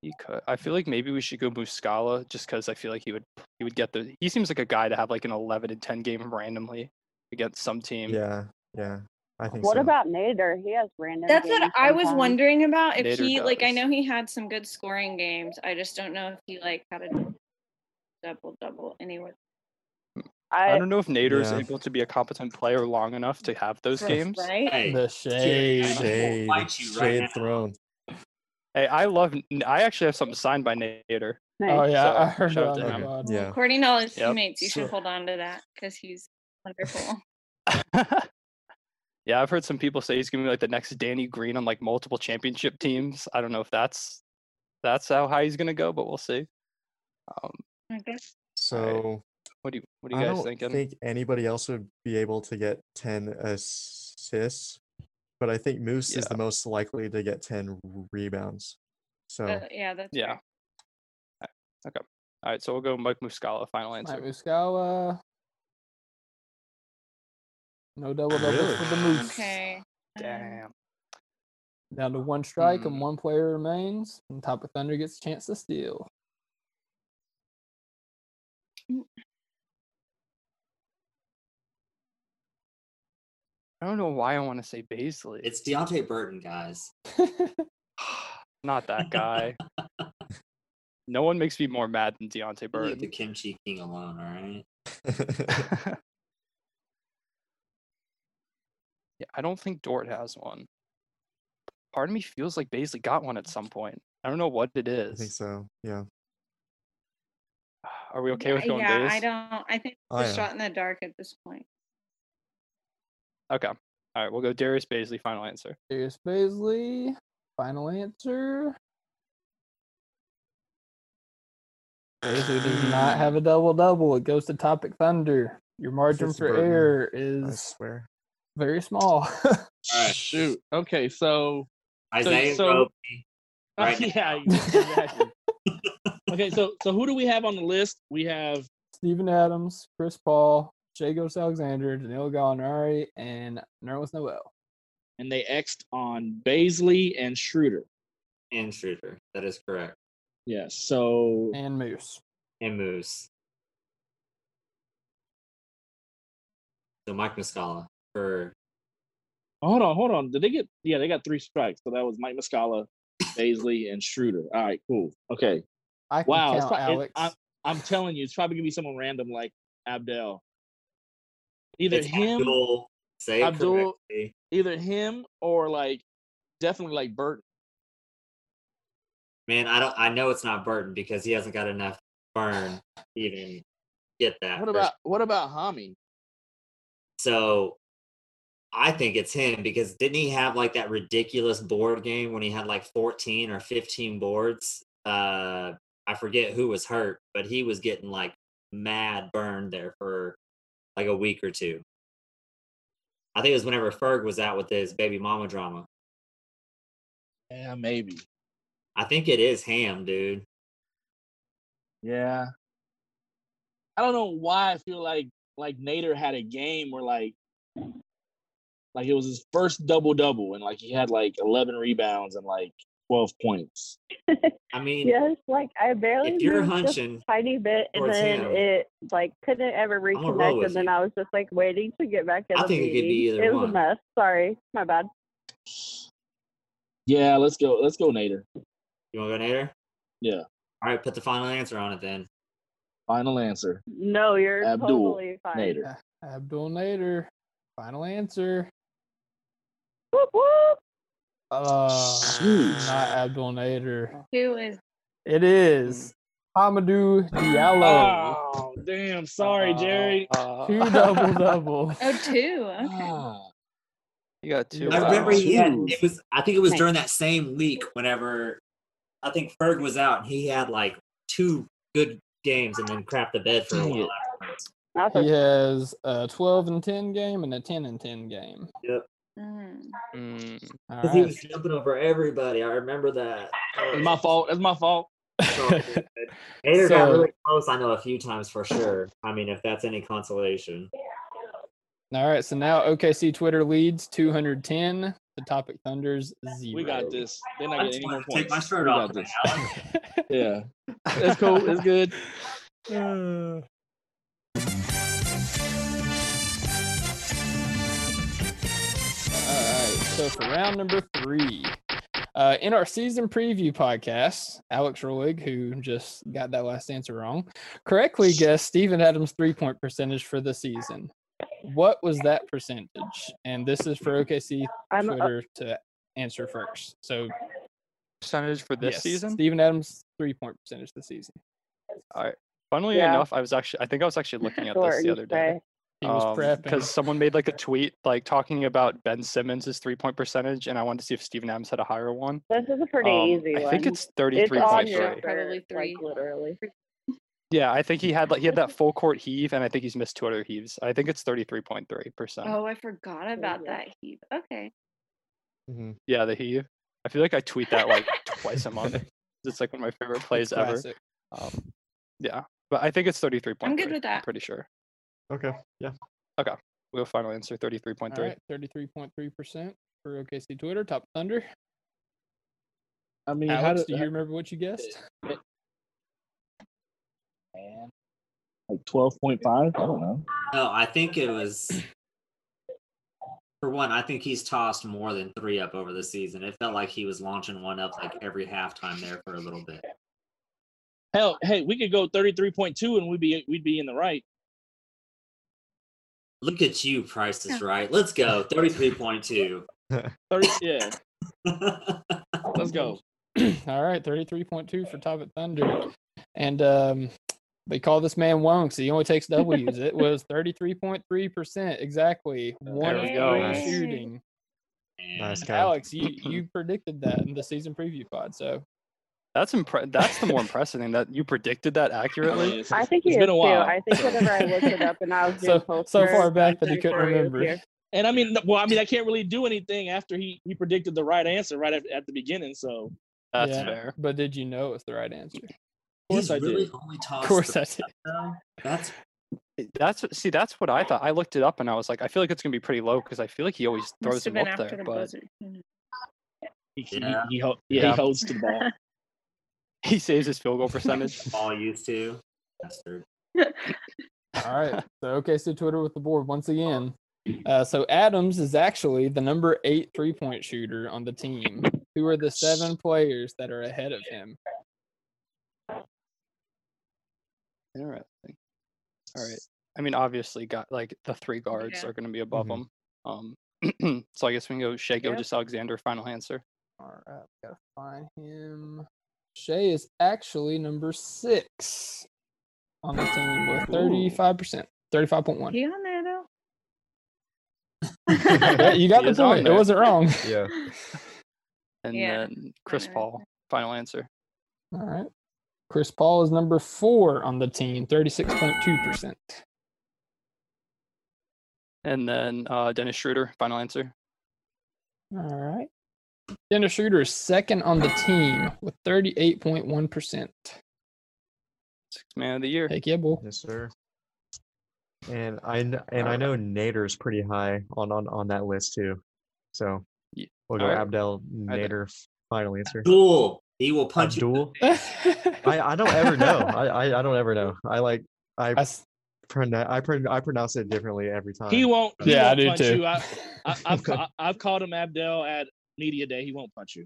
Speaker 8: He could. I feel like maybe we should go Muscala just because I feel like he would. He would get the. He seems like a guy to have like an 11 and 10 game randomly against some team.
Speaker 6: yeah, yeah, I think.
Speaker 7: What
Speaker 6: so.
Speaker 7: about Nader? He has random.
Speaker 5: That's what
Speaker 7: games
Speaker 5: I was
Speaker 7: sometimes.
Speaker 5: wondering about. If
Speaker 8: Nader
Speaker 5: he, like, I
Speaker 8: does.
Speaker 5: know he had some good scoring games. I just don't know if he, like, had a double double anywhere.
Speaker 8: I
Speaker 7: I,
Speaker 8: don't know if Nader is
Speaker 6: Yeah.
Speaker 8: able to be a competent player long enough to have those games.
Speaker 5: Right?
Speaker 4: Hey,
Speaker 2: the shade.
Speaker 4: Shea.
Speaker 6: Shade,
Speaker 4: Fight you right
Speaker 6: shade
Speaker 4: now.
Speaker 6: thrown.
Speaker 8: Hey, I love. N- I actually have something signed by Nader.
Speaker 2: Oh
Speaker 7: nice.
Speaker 2: yeah, I
Speaker 8: So,
Speaker 2: heard
Speaker 8: shout out
Speaker 2: about
Speaker 8: to
Speaker 2: that.
Speaker 6: him.
Speaker 2: one.
Speaker 6: Yeah.
Speaker 5: According to all his
Speaker 8: Yep.
Speaker 5: teammates, you should
Speaker 8: So-
Speaker 5: hold on to that because he's wonderful.
Speaker 8: yeah, I've heard some people say he's gonna be like the next Danny Green on like multiple championship teams. I don't know if that's that's how high he's gonna go, but we'll see. Um,
Speaker 5: Okay.
Speaker 6: So
Speaker 8: what do you What do you
Speaker 6: I
Speaker 8: guys
Speaker 6: don't
Speaker 8: thinking?
Speaker 6: think anybody else would be able to get ten assists, but I think Moose is the most likely to get ten rebounds. So
Speaker 5: Uh, yeah, that's
Speaker 8: yeah.
Speaker 5: fair.
Speaker 8: All right, so we'll go Mike Muscala. Final answer.
Speaker 2: Mike Muscala. uh, No double doubles
Speaker 6: Really?
Speaker 2: for the Moose.
Speaker 5: Okay. um,
Speaker 8: Damn.
Speaker 2: Down to one strike
Speaker 4: Hmm.
Speaker 2: and one player remains. And Top of Thunder gets a chance to steal.
Speaker 8: I don't know why I want to say Baisley.
Speaker 4: It's Deontay Burton, guys.
Speaker 8: Not that guy. no one makes me more mad than Deontay
Speaker 4: Leave the
Speaker 8: Burton.
Speaker 4: Kimchi King alone, all right?
Speaker 8: yeah, I don't think Dort has one. Part of me feels like Baisley got one at some point. I don't know what it
Speaker 6: I think
Speaker 8: is.
Speaker 6: so. Yeah.
Speaker 8: Are we okay with going
Speaker 5: yeah,
Speaker 8: Bais?
Speaker 5: I don't. I think
Speaker 6: I
Speaker 5: it's a
Speaker 6: am.
Speaker 5: shot in the dark at this point.
Speaker 8: Okay. All right, we'll go Darius Baisley. Final answer.
Speaker 2: Here's Baisley. Final answer. Baisley does not have a double double. It goes to Topic Thunder. Your margin
Speaker 6: Fits
Speaker 2: for
Speaker 6: Burton.
Speaker 2: error
Speaker 6: I
Speaker 2: is
Speaker 6: swear.
Speaker 2: very small.
Speaker 4: All right.
Speaker 9: Shoot. Okay, so
Speaker 4: Isaiah
Speaker 9: so-
Speaker 4: Roby. Right now.
Speaker 3: yeah, exactly. okay, so so who do we have on the list? We have
Speaker 2: Steven Adams, Chris Paul, Jagos Alexander, Danilo Gallinari, and Nerlens Noel.
Speaker 3: and they X'd on Baisley and Schroeder.
Speaker 4: and Schroeder. That is correct.
Speaker 3: Yes. So
Speaker 2: And Moose.
Speaker 4: And Moose. So Mike Muscala for
Speaker 3: hold on, hold on. Did they get yeah, they got three strikes. So that was Mike Muscala, Baisley, and Schroeder. All right, cool. Okay.
Speaker 2: I can
Speaker 3: Wow, it's
Speaker 2: count
Speaker 3: pro- it-
Speaker 2: Alex.
Speaker 3: I- I'm telling you, it's probably gonna be someone random like Abdel. Either
Speaker 4: it's
Speaker 3: him
Speaker 4: Abdul. Say it
Speaker 3: Abdul-
Speaker 4: correctly.
Speaker 3: either him or like definitely like Burton.
Speaker 4: Man, I don't I know it's not Burton because he hasn't got enough burn to even get that.
Speaker 3: What
Speaker 4: first
Speaker 3: about what about Hami?
Speaker 4: So I think it's him because didn't he have like that ridiculous board game when he had like 14 or 15 boards? Uh I forget who was hurt, but he was getting like mad burned there for like a week or two. I think it was whenever Ferg was out with his baby mama drama.
Speaker 3: Yeah, maybe.
Speaker 4: I think it is Ham, dude.
Speaker 3: Yeah. I don't know why I feel like like Nader had a game where like like it was his first double double and like he had like 11 rebounds and like 12 points.
Speaker 4: I mean,
Speaker 7: Yes, like I barely
Speaker 4: if you're
Speaker 7: moved just
Speaker 4: hunching,
Speaker 7: a tiny bit, and
Speaker 4: towards
Speaker 7: then
Speaker 4: him,
Speaker 7: it like couldn't ever
Speaker 4: gonna roll
Speaker 7: reconnect,
Speaker 4: with
Speaker 7: and then
Speaker 4: you.
Speaker 7: I was just like waiting to get back in
Speaker 4: I
Speaker 7: the
Speaker 4: think it could be
Speaker 7: meeting.
Speaker 4: either
Speaker 7: it was
Speaker 4: one.
Speaker 7: a mess. Sorry, my bad.
Speaker 3: Yeah, let's go. Let's go Nader.
Speaker 4: you want to go Nader?
Speaker 3: Yeah.
Speaker 4: All right, put the final answer on it then.
Speaker 3: Final answer.
Speaker 7: No, you're
Speaker 3: Abdul,
Speaker 7: totally fine.
Speaker 3: Nader.
Speaker 2: Abdul Nader. Final answer.
Speaker 7: Whoop, whoop.
Speaker 2: Uh,
Speaker 3: Shoot.
Speaker 2: not Abdul
Speaker 3: Oh.
Speaker 2: Nader.
Speaker 5: Who is?
Speaker 2: It is
Speaker 3: Mm.
Speaker 2: Hamadou Diallo.
Speaker 3: Oh, damn. Sorry, Jerry.
Speaker 8: Uh,
Speaker 2: Two double double.
Speaker 5: Oh, two. Okay.
Speaker 3: Ah,
Speaker 8: you got two.
Speaker 4: I
Speaker 2: Wow.
Speaker 4: remember he had,
Speaker 3: Jeez.
Speaker 4: it was I think it was
Speaker 5: Nice.
Speaker 4: during that same week whenever I think Ferg was out and he had like two good games and then crapped the bed for a
Speaker 3: Dang
Speaker 4: while
Speaker 3: it.
Speaker 4: afterwards.
Speaker 7: That's
Speaker 2: He has a 12 and 10 game and a 10 and 10 game.
Speaker 5: Mm.
Speaker 8: Mm,
Speaker 2: All
Speaker 4: 'Cause he was
Speaker 2: right.
Speaker 4: jumping over everybody. I remember that.
Speaker 3: it's my fault. It's my fault.
Speaker 4: Hater got
Speaker 2: So-
Speaker 4: really close, I know a few times for sure. I mean, if that's any consolation.
Speaker 2: All right. So now OKC Twitter leads 210 to Topic Thunders zero.
Speaker 3: We got this. They're not
Speaker 4: I
Speaker 3: getting
Speaker 4: just
Speaker 3: any
Speaker 4: wanted
Speaker 3: more
Speaker 4: to take my
Speaker 3: points.
Speaker 4: shirt
Speaker 3: We
Speaker 4: off
Speaker 3: got
Speaker 4: now.
Speaker 3: this. Yeah. That's cool. It's good.
Speaker 2: All right. So for round number three, uh, in our season preview podcast, Alex Roig, who just got that last answer wrong, correctly guessed Steven Adams' three point percentage for the season. What was that percentage? And this is for OKC
Speaker 7: I'm uh,
Speaker 2: Twitter to answer first. So
Speaker 8: percentage for this
Speaker 2: yes,
Speaker 8: season?
Speaker 2: Steven Adams' three point percentage this season.
Speaker 8: Funnily
Speaker 7: Yeah.
Speaker 8: enough, I was actually I think I was actually looking at this
Speaker 7: short,
Speaker 8: the
Speaker 7: you
Speaker 8: other day.
Speaker 7: say.
Speaker 2: He was prepping.
Speaker 8: because Um, someone made like a tweet like talking about Ben Simmons' three point percentage, and I wanted to see if Steven Adams had a higher one.
Speaker 7: This is a pretty
Speaker 8: Um,
Speaker 7: easy
Speaker 8: I
Speaker 7: one.
Speaker 8: think it's thirty
Speaker 7: it's
Speaker 8: three
Speaker 7: on
Speaker 8: point
Speaker 7: your
Speaker 8: three.
Speaker 5: Probably
Speaker 7: record,
Speaker 5: three.
Speaker 7: like literally.
Speaker 8: Yeah, I think he had like he had that full court heave, and I think he's missed two other heaves. I think it's thirty three point three percent.
Speaker 5: Oh, I forgot about that heap. Okay.
Speaker 6: Mhm.
Speaker 8: Yeah, the heave. I feel like I tweet that like twice a month. It's like one of my favorite plays ever.
Speaker 2: Classic.
Speaker 8: Um, yeah, but I think it's thirty three point
Speaker 5: good with that.
Speaker 8: pretty sure.
Speaker 6: Okay. Yeah.
Speaker 8: We'll final answer thirty three point
Speaker 2: All
Speaker 8: three.
Speaker 2: right, thirty-three point three percent for OKC Twitter. Top Thunder.
Speaker 3: I mean, how
Speaker 2: Alex,
Speaker 3: do,
Speaker 2: do you remember what you guessed?
Speaker 3: man, like twelve point five? I don't know.
Speaker 4: No, I think it was. For one, I think he's tossed more than three up over the season. It felt like he was launching one up like every halftime there for a little bit.
Speaker 3: Hell, hey, we could go thirty three point two and we'd be we'd be in the right.
Speaker 4: Look at you, Price is Right. Let's go. 33.2.
Speaker 3: Thirty, yeah.
Speaker 4: Let's
Speaker 3: go.
Speaker 2: All right, thirty-three point two for Top Thunder, and um, they call this man Wong, so he only takes W's. it was thirty-three point three percent exactly. One
Speaker 8: we
Speaker 2: of
Speaker 8: go.
Speaker 2: three
Speaker 6: Nice.
Speaker 2: shooting.
Speaker 6: Nice guy.
Speaker 2: Alex, you you predicted that in the season preview pod, so
Speaker 8: That's impre- That's the more impressive thing that you predicted that accurately.
Speaker 7: I think he
Speaker 3: It's
Speaker 7: is
Speaker 3: been a
Speaker 7: too.
Speaker 3: while.
Speaker 7: I think whenever I looked it up and I was
Speaker 2: So-
Speaker 7: doing post
Speaker 2: so far back that he couldn't remember.
Speaker 3: And I mean, well, I mean, I can't really do anything after he he predicted the right answer right at, at the beginning. So
Speaker 8: That's
Speaker 2: Yeah.
Speaker 8: fair.
Speaker 2: But did you know it was the right answer?
Speaker 3: course
Speaker 4: He's
Speaker 3: I
Speaker 4: really
Speaker 3: did.
Speaker 4: only
Speaker 2: Of
Speaker 4: tossed
Speaker 2: course
Speaker 4: three
Speaker 2: I did.
Speaker 4: now? That's
Speaker 8: That's what- see. That's what I thought. I looked it up and I was like, I feel like it's gonna be pretty low because I feel like he always
Speaker 5: Must
Speaker 8: throws
Speaker 5: have
Speaker 8: them
Speaker 5: been
Speaker 8: up
Speaker 5: after
Speaker 8: there.
Speaker 5: the
Speaker 8: But
Speaker 5: buzzer. Who knows?
Speaker 3: he he-
Speaker 4: Yeah.
Speaker 3: he, hol- yeah,
Speaker 8: Yeah.
Speaker 3: he holds to the ball.
Speaker 8: he saves his field goal percentage.
Speaker 4: all used to. Bastard.
Speaker 2: All right. So okay, so Twitter with the board once again. Uh, so Adams is actually the number eight three point shooter on the team. Who are the seven players that are ahead of him?
Speaker 8: Interesting. All right. I mean, obviously, got like the three guards
Speaker 5: Yeah.
Speaker 8: are going to be above
Speaker 6: Mhm.
Speaker 8: them. Um, so I guess we can go Shea
Speaker 2: Yeah.
Speaker 8: just Alexander. Final answer.
Speaker 2: All right, we gotta find him. Shea is actually number six on the team with thirty-five percent, thirty-five point one.
Speaker 5: He on there though?
Speaker 2: Yeah, you got
Speaker 8: He
Speaker 2: the
Speaker 8: is on
Speaker 2: point. It
Speaker 8: there.
Speaker 2: wasn't wrong.
Speaker 6: Yeah.
Speaker 8: And
Speaker 5: Yeah,
Speaker 8: then Chris
Speaker 5: final
Speaker 8: Paul.
Speaker 5: answer.
Speaker 8: Final answer.
Speaker 2: All right. Chris Paul is number four on the team, thirty-six point two percent.
Speaker 8: And then uh, Dennis Schroeder. Final answer.
Speaker 2: All right. Dennis Schroeder is second on the team with 38.1%.
Speaker 8: Sixth man of the year.
Speaker 2: Heck yeah, bull.
Speaker 6: Yes, sir. And I kn- and I know Nader's pretty high on on on that list too. So
Speaker 8: Ye-
Speaker 6: we'll go
Speaker 8: alright.
Speaker 6: Abdel
Speaker 8: I d-
Speaker 6: Nader f- final answer.
Speaker 4: Duel. He will punch you.
Speaker 6: Abdul. I I don't ever know. I I, I don't ever know. I like I
Speaker 2: I s-
Speaker 6: pronounce I, pron- I pronounce it differently every time.
Speaker 3: He won't. He
Speaker 2: Yeah, I
Speaker 3: won't
Speaker 2: do
Speaker 3: punch
Speaker 2: too.
Speaker 3: You. I, I, I've ca- I've called him Abdel at media day. He won't punch you.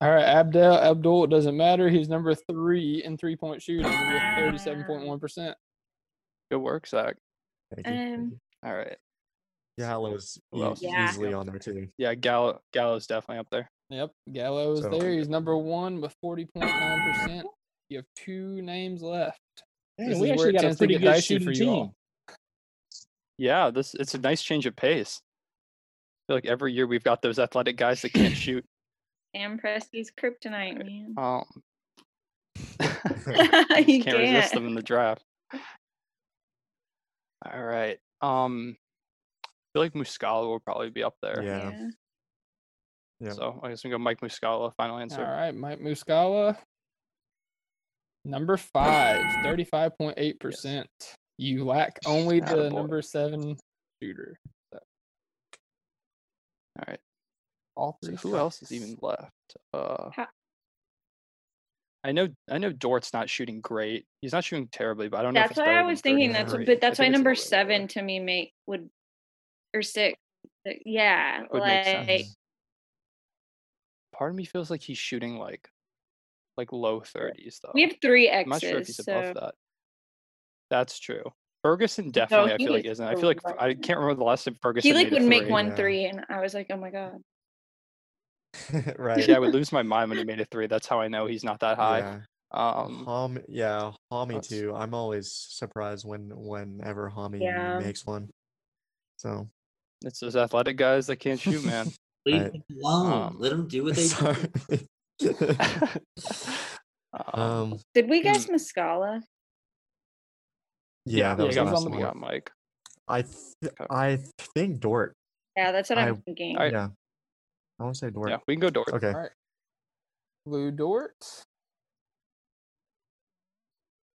Speaker 2: All right, Abdel Abdul, it doesn't matter. He's number three in three point shooting with 37.1%.
Speaker 8: Good work, Zach.
Speaker 6: Thank you, thank
Speaker 5: Um,
Speaker 6: you.
Speaker 8: All right.
Speaker 6: Gallo is
Speaker 8: who else?
Speaker 6: e-
Speaker 5: Yeah.
Speaker 6: easily on there too.
Speaker 8: Yeah, Gallo. Gallo's definitely up there.
Speaker 2: Yep, Gallo is
Speaker 6: So-
Speaker 2: there. He's number one with 40.9%. You have two names left.
Speaker 3: Dang,
Speaker 2: This
Speaker 3: we
Speaker 2: is where
Speaker 3: actually
Speaker 2: it
Speaker 3: got a
Speaker 2: tends to
Speaker 3: pretty
Speaker 2: get
Speaker 3: good
Speaker 2: dicey
Speaker 3: shooting
Speaker 2: for you all.
Speaker 3: team.
Speaker 8: Yeah, this it's a nice change of pace. I feel like every year we've got those athletic guys that can't shoot.
Speaker 5: Sam Presti's kryptonite, man.
Speaker 8: Um,
Speaker 5: you
Speaker 8: can't resist them
Speaker 5: can't.
Speaker 8: in the draft. All right. Um, I feel like Muscala will probably be up there.
Speaker 6: Yeah. Yeah.
Speaker 8: So I guess we go Mike Muscala. Final answer.
Speaker 2: All right, Mike Muscala. Number five, 35.8%. You lack only the
Speaker 8: Attaboy.
Speaker 2: number seven shooter.
Speaker 8: All right.
Speaker 2: All
Speaker 8: So
Speaker 2: three
Speaker 8: who else is
Speaker 2: strikes.
Speaker 8: even left? Uh,
Speaker 5: Ha-
Speaker 8: I know. I know Dort's not shooting great. He's not shooting terribly, but I don't know. if
Speaker 5: That's
Speaker 8: it's
Speaker 5: why
Speaker 8: better
Speaker 5: I
Speaker 8: than
Speaker 5: was thinking. That's
Speaker 8: 33.
Speaker 5: but that's
Speaker 8: I
Speaker 5: why
Speaker 8: think it's a
Speaker 5: number
Speaker 8: little bit lower.
Speaker 5: seven to me make would or six. six- Yeah,
Speaker 8: Would make sense.
Speaker 5: like
Speaker 8: Part of me feels like he's shooting like, like low thirties though.
Speaker 5: we have three
Speaker 8: I'm not sure if
Speaker 5: X's.
Speaker 8: he's
Speaker 5: So
Speaker 8: above that. That's true. Ferguson definitely. I
Speaker 5: he
Speaker 8: feel like
Speaker 5: was
Speaker 8: isn't. I feel like
Speaker 5: below
Speaker 8: Fer- I
Speaker 5: that.
Speaker 8: can't remember the last time Ferguson.
Speaker 5: he like
Speaker 8: made a
Speaker 5: would make
Speaker 8: three.
Speaker 5: one
Speaker 6: Yeah.
Speaker 5: three, and I was like, oh my god.
Speaker 6: right.
Speaker 8: Yeah, I would lose my mind when he made a three. That's how I know he's not that high.
Speaker 6: Yeah.
Speaker 8: Um,
Speaker 6: Hami, yeah, Hami
Speaker 8: that's-
Speaker 6: too. I'm always surprised when whenever Hami
Speaker 5: Yeah.
Speaker 6: makes one. So
Speaker 8: it's those athletic guys that can't shoot, man.
Speaker 4: Leave
Speaker 6: Right.
Speaker 4: him alone.
Speaker 8: Um,
Speaker 4: Let him do what they do.
Speaker 6: sorry.
Speaker 8: um,
Speaker 6: um,
Speaker 5: Did we
Speaker 8: Hmm.
Speaker 5: guess Muscala?
Speaker 6: Oh, yeah, that
Speaker 8: we
Speaker 6: was
Speaker 8: got,
Speaker 6: the last
Speaker 8: we
Speaker 6: one.
Speaker 8: got Mike.
Speaker 6: I th- I think Dort.
Speaker 5: Yeah, that's what
Speaker 6: I-
Speaker 5: I'm thinking.
Speaker 8: I-
Speaker 6: Yeah, I want to say Dort.
Speaker 8: Yeah, we can go Dort.
Speaker 6: Okay,
Speaker 2: All right. Lou Dort.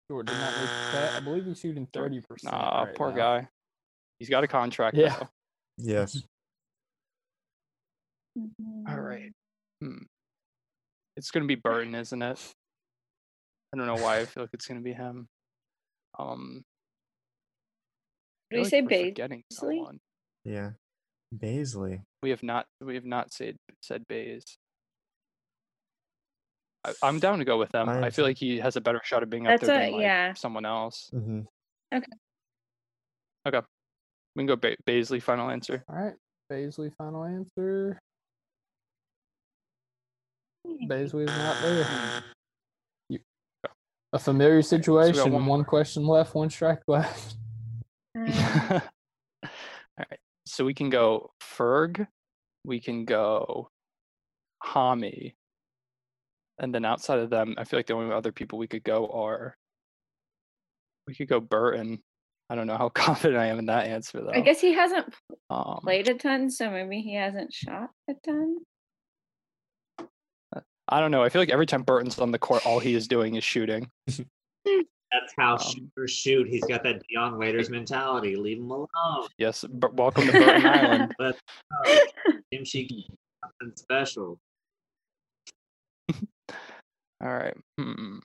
Speaker 2: Dort did not make the cut. I believe he's shooting 30%.
Speaker 8: Nah,
Speaker 2: right
Speaker 8: poor
Speaker 2: now.
Speaker 8: guy. He's got a contract.
Speaker 2: Yeah.
Speaker 8: though.
Speaker 6: Yes.
Speaker 5: Mm-hmm.
Speaker 8: All right. Hmm. It's gonna be Burton, isn't it? I don't know why I feel like it's gonna be him. Um.
Speaker 5: Did we
Speaker 8: I feel
Speaker 5: say
Speaker 8: like we're
Speaker 5: Baisley?
Speaker 8: forgetting someone.
Speaker 6: Yeah. Baisley.
Speaker 8: We have not. We have not said said Bays. I, I'm down to go with him. I
Speaker 6: I'm-
Speaker 8: feel like he has a better shot of being up
Speaker 5: That's
Speaker 8: there
Speaker 5: a-
Speaker 8: than like,
Speaker 5: yeah.
Speaker 8: someone else.
Speaker 6: hmm
Speaker 8: We can go ba- Baisley. Final answer.
Speaker 2: All right. Baisley, final answer. Baisley's not there. You- a familiar situation.
Speaker 8: one
Speaker 2: one,
Speaker 8: more.
Speaker 2: question left, one strike left.
Speaker 5: Um,
Speaker 8: All right. So we can go Ferg, we can go Hami, and then outside of them, I feel like the only other people we could go are we could go Burton. I don't know how confident I am in that answer though.
Speaker 5: I guess he hasn't
Speaker 8: um,
Speaker 5: played a ton, so maybe he hasn't shot a ton.
Speaker 8: I don't know. I feel like every time Burton's on the court, all he is doing is shooting.
Speaker 4: That's how
Speaker 8: Um,
Speaker 4: shooters shoot. He's got that Dion Waiters mentality. Leave him alone.
Speaker 8: Yes, but welcome to Burton Island.
Speaker 4: Let uh, him she something special.
Speaker 8: All right. Hmm.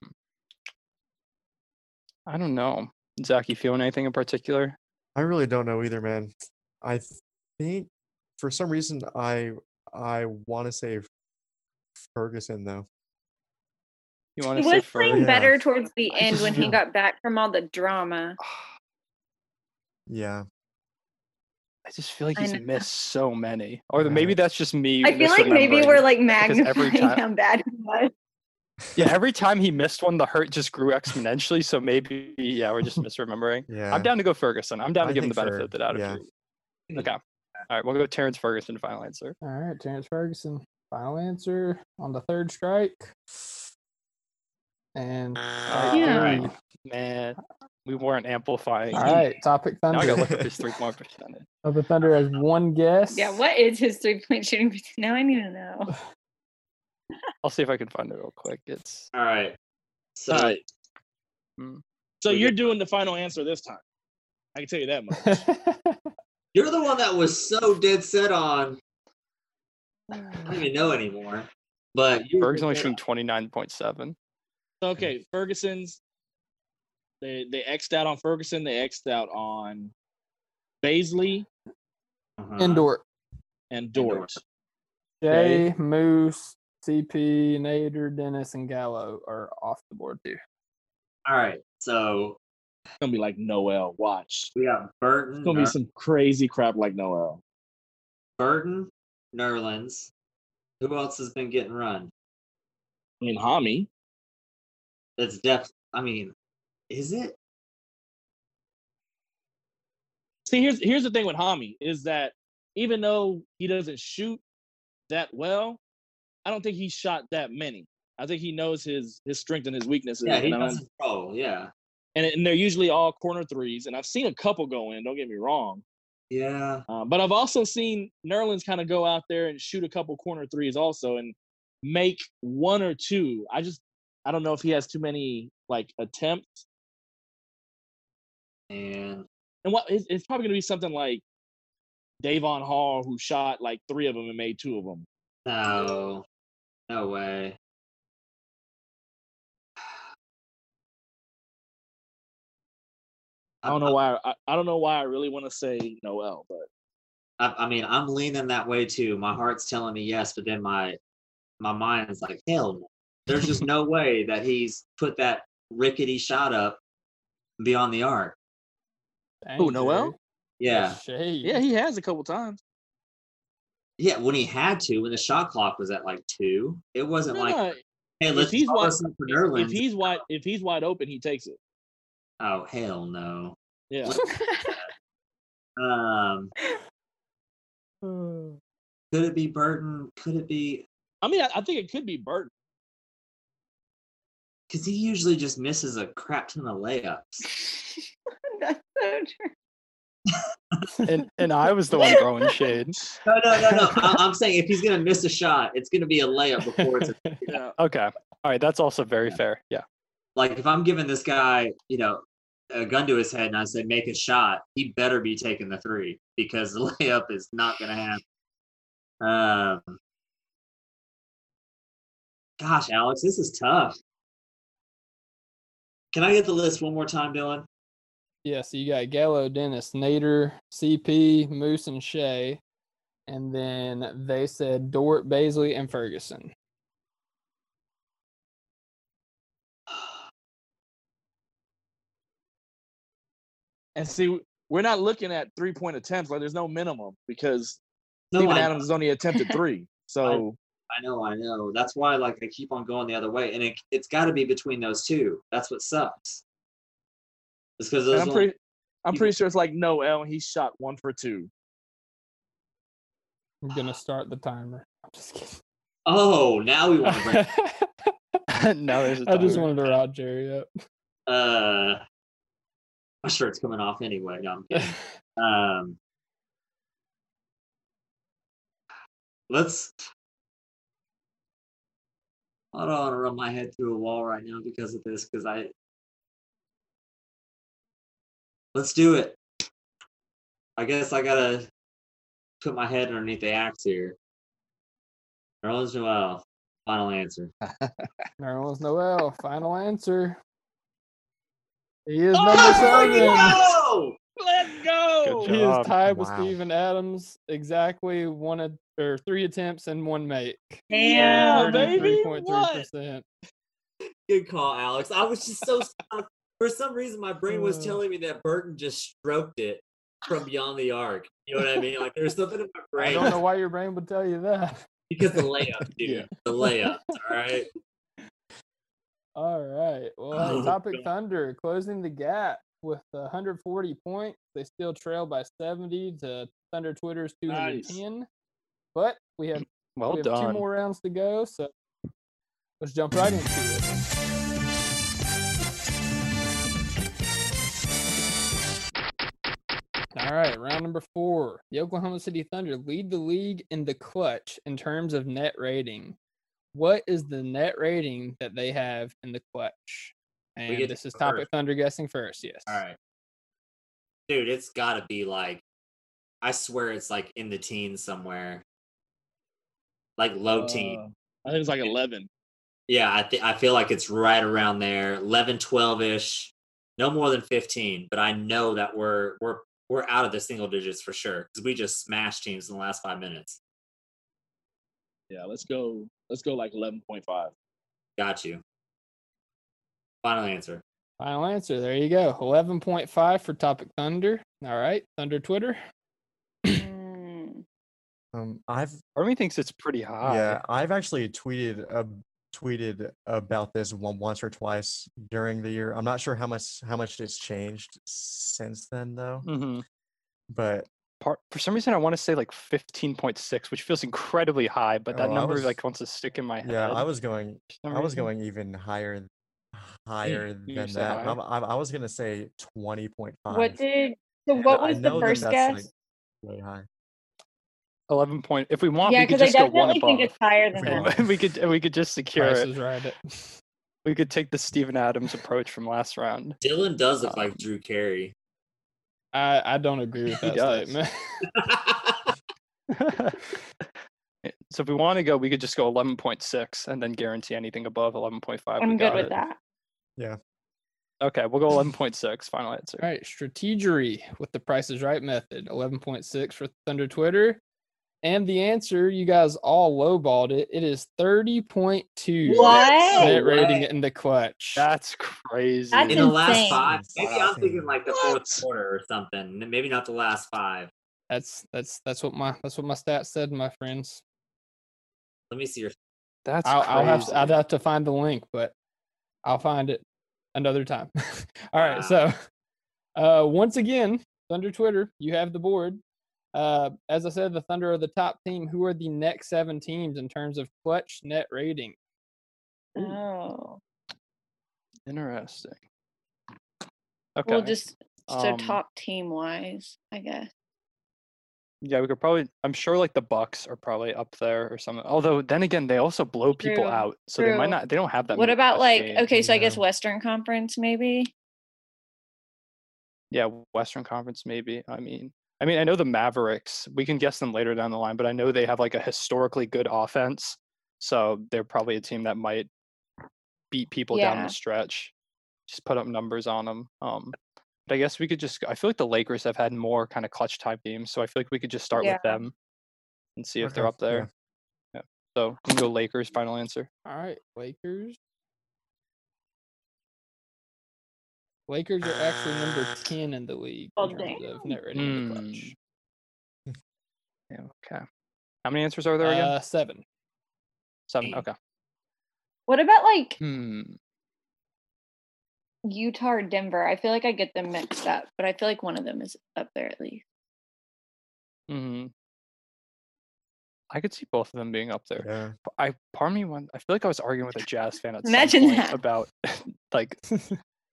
Speaker 8: I don't know. Zach, you feeling anything in particular?
Speaker 6: I really don't know either, man. I th- think for some reason I I want to say Ferguson though.
Speaker 8: You want
Speaker 5: He
Speaker 8: to say
Speaker 5: was
Speaker 8: Ferg?
Speaker 5: playing
Speaker 6: Yeah.
Speaker 5: better towards the
Speaker 8: I
Speaker 5: end
Speaker 8: just
Speaker 5: when he
Speaker 8: feel-
Speaker 5: got back from all the drama.
Speaker 6: Yeah.
Speaker 8: I just feel like
Speaker 5: I
Speaker 8: he's
Speaker 5: know.
Speaker 8: missed so many, or the,
Speaker 6: Yeah.
Speaker 8: maybe that's just me.
Speaker 5: uh I feel like maybe we're
Speaker 8: misremembering.
Speaker 5: like magnifying
Speaker 8: every time-
Speaker 5: how bad he was.
Speaker 8: yeah. Every time he missed one, the hurt just grew exponentially. So maybe yeah, we're just misremembering.
Speaker 6: Yeah.
Speaker 8: I'm down to go Ferguson. I'm down to
Speaker 6: I
Speaker 8: give him the
Speaker 6: think
Speaker 8: benefit
Speaker 6: Ferg,
Speaker 8: of the doubt. if
Speaker 6: yeah.
Speaker 8: you- Okay. All right, we'll go Terrence Ferguson final answer.
Speaker 2: All right, Terrence Ferguson, final answer on the third strike. And
Speaker 8: Uh,
Speaker 5: Yeah.
Speaker 8: all right, man, we weren't amplifying.
Speaker 2: all right, Topic
Speaker 8: Now I
Speaker 2: Thunder.
Speaker 8: gotta look up his three point percentage.
Speaker 2: Topic Thunder has one guess.
Speaker 5: Yeah, what is his three point shooting? percent- Now I need to know.
Speaker 8: I'll see if I can find it real quick. It's
Speaker 4: All right. So
Speaker 3: All right.
Speaker 8: Hmm.
Speaker 3: So you're doing the final answer this time. I can tell you that much.
Speaker 2: Uh,
Speaker 4: you're the one that was so dead set on. I don't even know anymore. But you were
Speaker 8: Berg's only
Speaker 4: dead
Speaker 8: shooting twenty nine point seven.
Speaker 3: Okay, Ferguson's. They they xed out on Ferguson. They xed out on Baisley
Speaker 4: on- Uh-huh.
Speaker 2: Indoor.
Speaker 3: and
Speaker 4: Dort.
Speaker 3: Dort. Okay.
Speaker 2: Jay, Moose, CP, Nader, Dennis, and Gallo are off the board too.
Speaker 4: All right. So
Speaker 3: It's gonna be like Noel. Watch.
Speaker 4: we got
Speaker 3: It's
Speaker 4: Burton,
Speaker 3: gonna
Speaker 4: Ner-
Speaker 3: be some crazy crap like Noel.
Speaker 4: Burton, Nerlens. Who else has been getting run?
Speaker 3: I mean, Hami.
Speaker 4: That's depth. I mean, is it?
Speaker 3: See, here's here's the thing with Hami is that even though he doesn't shoot that well, I don't think he shot that many. I think he knows his his strength and his weaknesses.
Speaker 4: Yeah, he
Speaker 3: and I don't-
Speaker 4: doesn't roll. Yeah.
Speaker 3: and, and they're usually all corner threes. And I've seen a couple go in. Don't get me wrong,
Speaker 4: Yeah.
Speaker 3: uh, but I've also seen Nerlens kind of go out there and shoot a couple corner threes also, and make one or two. I just I don't know if he has too many like attempts.
Speaker 4: And
Speaker 3: And what it's, it's probably gonna be something like Davon Hall, who shot like three of them and made two of them.
Speaker 4: no, no way.
Speaker 3: I don't know why. I, I don't know why I really want to say Noel, but
Speaker 4: I, I mean, I'm leaning that way too. My heart's telling me yes, but then my my mind's like, hell no. There's just no way that he's put that rickety shot up beyond the arc.
Speaker 2: Dang,
Speaker 3: Noel?
Speaker 2: Jay.
Speaker 4: Yeah.
Speaker 2: Shade.
Speaker 3: yeah, he has a couple times.
Speaker 4: Yeah, when he had to, when the shot clock was at like two, it wasn't
Speaker 3: No,
Speaker 4: like,
Speaker 3: no,
Speaker 4: hey,
Speaker 3: if
Speaker 4: let's
Speaker 3: he's
Speaker 4: he's
Speaker 3: wa-
Speaker 4: listen for Nerlens.
Speaker 3: if he's wide, if he's wide open, he takes it.
Speaker 4: oh, hell no.
Speaker 3: Yeah.
Speaker 4: Um, could it be Burton? Could it be?
Speaker 3: I mean, I, I think it could be Burton.
Speaker 4: Because he usually just misses a crap ton of layups.
Speaker 5: That's so true.
Speaker 8: And and I was the one throwing shade.
Speaker 4: No, no, no, no. I, I'm saying if he's gonna miss a shot, it's gonna be a layup before it's a,
Speaker 8: Okay. All right. That's also very fair. Yeah.
Speaker 4: like if I'm giving this guy, you know, a gun to his head and I say, make a shot, he better be taking the three because the layup is not going to happen. Um, gosh, Alex, this is tough. Can I get the list one more time, Dylan?
Speaker 2: Yeah, so you got Gallo, Dennis, Nader, CP, Moose, and Shea. And then they said Dort, Baisley, and Ferguson.
Speaker 3: And see, we're not looking at three point attempts. Like, there's no minimum because
Speaker 4: No,
Speaker 3: Steven
Speaker 4: I-
Speaker 3: Adams has only attempted three. So
Speaker 4: I know, I know. That's why like I keep on going the other way, and it, it's got to be between those two. That's what sucks. It's because
Speaker 3: and
Speaker 4: those.
Speaker 3: I'm
Speaker 4: only-
Speaker 3: pretty, I'm
Speaker 4: you-
Speaker 3: pretty sure it's like Noel. He shot one for two.
Speaker 2: I'm gonna start the timer. I'm just kidding.
Speaker 4: oh, now we want to bring.
Speaker 8: no, there's a
Speaker 2: I just
Speaker 8: timer.
Speaker 2: wanted to rod Jerry up.
Speaker 4: uh, my shirt's coming off anyway. No, I'm kidding. Um, let's. I don't want to run my head through a wall right now because of this. Because I. Let's do it. I guess I gotta put my head underneath the axe here. Nerlens Noel, final answer.
Speaker 2: Nerlens Noel, final answer. He is number seven.
Speaker 4: Whoa!
Speaker 3: Let's go.
Speaker 2: He
Speaker 8: Good
Speaker 2: is
Speaker 8: job.
Speaker 2: tied with
Speaker 6: Wow.
Speaker 2: Steven Adams, exactly one at- or three attempps and one make.
Speaker 3: Yeah,
Speaker 5: Damn.
Speaker 3: baby,
Speaker 2: percent.
Speaker 4: Good call, Alex. I was just so stuck. For some reason, my brain was
Speaker 2: Uh.
Speaker 4: telling me that Burton just stroked it from beyond the arc. You know what I mean? Like there's something in my
Speaker 2: I don't
Speaker 4: brain
Speaker 2: know why your brain would tell you that.
Speaker 4: because the layup, dude.
Speaker 2: Yeah.
Speaker 4: The layups. All right.
Speaker 2: All right. Well, hey,
Speaker 4: Oh,
Speaker 2: Topic
Speaker 4: God.
Speaker 2: Thunder closing the gap with 140 points. They still trail by 70 to Thunder Twitter's
Speaker 3: Nice.
Speaker 2: 210. But we have,
Speaker 8: Well
Speaker 4: Oh,
Speaker 2: we have two
Speaker 8: done.
Speaker 2: more rounds to go, so let's jump right into it. All right, round number four. The Oklahoma City Thunder lead the league in the clutch in terms of net rating. What is the net rating that they have in the clutch?
Speaker 4: get
Speaker 2: And
Speaker 4: to
Speaker 2: this is
Speaker 4: go
Speaker 2: topic
Speaker 4: first.
Speaker 2: Thunder guessing first. Yes.
Speaker 4: All right. Dude, it's gotta be like I swear it's like in the teens somewhere. Like low teen.
Speaker 3: Uh, I think it's like eleven.
Speaker 4: Yeah, I th- I feel like it's right around there, 11, 12 ish, no more than fifteen. But I know that we're we're we're out of the single digits for sure because we just smashed teams in the last five minutes.
Speaker 3: Yeah, let's go. Let's go like eleven point five.
Speaker 4: Got you. Final answer.
Speaker 2: Final answer. There you go. 11.5 for topic Thunder. All right. Thunder Twitter.
Speaker 5: Mm.
Speaker 6: Um, I've
Speaker 8: Army thinks it's pretty high.
Speaker 6: yeah, I've actually tweeted uh, tweeted about this one, once or twice during the year. I'm not sure how much how much it's changed since then though.
Speaker 8: hmm
Speaker 6: But
Speaker 8: Part, for some reason, I want to say like 15.6, which feels incredibly high, but that
Speaker 6: Oh, I
Speaker 8: number
Speaker 6: was-
Speaker 8: like wants to stick in my head.
Speaker 6: yeah, I was going
Speaker 8: for some
Speaker 6: I was
Speaker 8: reason.
Speaker 6: going even higher higher
Speaker 8: you
Speaker 6: than
Speaker 8: said
Speaker 6: that.
Speaker 8: higher?
Speaker 6: I'm, I'm, I was gonna say twenty point five.
Speaker 5: What did so
Speaker 6: but
Speaker 5: what
Speaker 6: I
Speaker 5: was the
Speaker 6: know that
Speaker 5: first
Speaker 6: that's,
Speaker 5: guess?
Speaker 6: like, way high.
Speaker 8: 11 point. If we want,
Speaker 5: yeah,
Speaker 8: we could
Speaker 5: because I
Speaker 8: just go one
Speaker 5: definitely
Speaker 8: above.
Speaker 5: think it's higher
Speaker 6: If
Speaker 5: than
Speaker 6: we
Speaker 5: that.
Speaker 6: want.
Speaker 8: we could we could just secure
Speaker 2: Price
Speaker 8: it.
Speaker 2: is right. at-
Speaker 8: We could take the Steven Adams approach from last round.
Speaker 4: Dylan does look
Speaker 8: Um,
Speaker 4: like Drew Carey.
Speaker 2: I, I don't agree with
Speaker 8: He
Speaker 2: that
Speaker 8: does.
Speaker 2: statement.
Speaker 8: Yeah, Eh, so if we want to go, we could just go 11.6 and then guarantee anything above 11.5. we
Speaker 5: I'm good
Speaker 8: got
Speaker 5: with
Speaker 8: it.
Speaker 5: that.
Speaker 8: Okay, we'll go 11.6. Final answer.
Speaker 2: All right. Strategery with the Price is Right method. 11.6 for Thunder Twitter. And the answer, you guys all lowballed it. It is 30.2
Speaker 5: What?
Speaker 2: net rating in the clutch.
Speaker 8: That's crazy.
Speaker 4: In
Speaker 5: That's
Speaker 4: the last
Speaker 5: insane.
Speaker 4: five, maybe I'm
Speaker 6: Wow.
Speaker 4: thinking like the
Speaker 3: What?
Speaker 4: fourth quarter or something. n- Maybe not the last five.
Speaker 2: That's that's that's what my that's what my stats said, my friends.
Speaker 4: Let me see your.
Speaker 8: That's
Speaker 2: I'll, I'll have
Speaker 8: crazy.
Speaker 2: to, I'd have to find the link, but I'll find it another time. All
Speaker 8: Ah.
Speaker 2: right, so
Speaker 4: Wow.
Speaker 2: uh, once again, Thunder Twitter, you have the board. Uh, as I said, the Thunder are the top team. Who are the next seven teams in terms of clutch net rating?
Speaker 5: Oh.
Speaker 8: Interesting. Okay.
Speaker 5: Well just so
Speaker 8: Um,
Speaker 5: top team wise, I guess.
Speaker 8: yeah, we could probably. I'm sure like the Bucks are probably up there or something. Although then again, they also blow people
Speaker 5: True,
Speaker 8: out, so they might
Speaker 5: true.
Speaker 8: not. They don't have that.
Speaker 5: What
Speaker 8: many
Speaker 5: about
Speaker 8: best
Speaker 5: like
Speaker 8: games.
Speaker 5: okay, so I
Speaker 6: yeah.
Speaker 5: guess Western Conference maybe?
Speaker 8: Yeah, Western Conference maybe. I mean, I mean, I know the Mavericks. We can guess them later down the line, but I know they have like a historically good offense, so they're probably a team that might beat people down
Speaker 5: Yeah.
Speaker 8: the stretch. Just put up numbers on them. Um, but I guess we could just. I feel like the Lakers have had more kind of clutch type games, so I feel like we could just start
Speaker 5: Yeah.
Speaker 8: with them and see if they're
Speaker 6: Okay,
Speaker 8: up there. Yeah. So we can go Lakers. Final answer.
Speaker 2: All right, Lakers. Lakers are actually number
Speaker 8: Uh,
Speaker 2: ten in the league
Speaker 5: Oh,
Speaker 2: in terms of net rating in the
Speaker 8: Hmm.
Speaker 2: clutch.
Speaker 8: Yeah. Okay. How many answers are there again?
Speaker 2: Uh, seven.
Speaker 8: Seven. Okay.
Speaker 5: What about like
Speaker 8: Hmm.
Speaker 5: Utah or Denver? I feel like I get them mixed up, but I feel like one of them is up there at least.
Speaker 8: hmm I could see both of them being up there.
Speaker 6: Yeah.
Speaker 8: P- I part of me want, I feel like I was arguing with a jazz fan at
Speaker 5: Imagine
Speaker 8: some point
Speaker 5: that.
Speaker 8: about like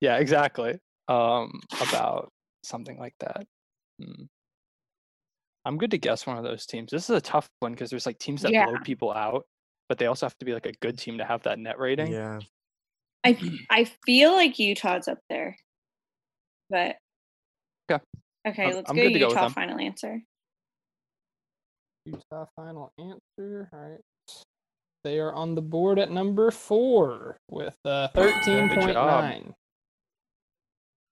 Speaker 8: yeah, exactly. Um about something like that. Hmm. I'm good to guess one of those teams. This is a tough one because there's like teams that
Speaker 5: Yeah.
Speaker 8: blow people out, but they also have to be like a good team to have that net rating.
Speaker 6: Yeah.
Speaker 5: I I feel like Utah's up there, but
Speaker 8: Okay.
Speaker 5: Okay,
Speaker 8: I'm-
Speaker 5: let's
Speaker 8: I'm
Speaker 5: go
Speaker 8: good to go with
Speaker 5: Utah.
Speaker 8: them.
Speaker 5: final answer.
Speaker 2: Utah final answer. All right. They are on the board at number four with uh, thirteen point nine.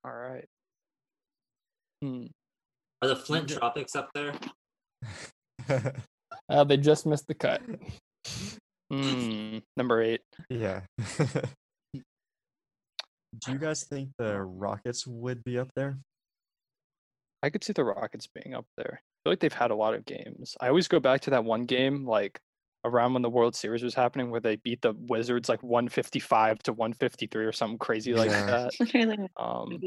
Speaker 8: All right. Hmm.
Speaker 4: Are the Flint Tropics up there?
Speaker 2: Uh, they just missed the cut.
Speaker 8: Hmm. Number eight.
Speaker 6: yeah. Do you guys think the Rockets would be up there?
Speaker 8: I could see the Rockets being up there. I feel like they've had a lot of games. I always go back to that one game, like around when the World Series was happening, where they beat the Wizards like 155 to 153 or something crazy like
Speaker 6: Yeah.
Speaker 8: that.
Speaker 5: Literally.
Speaker 8: Um,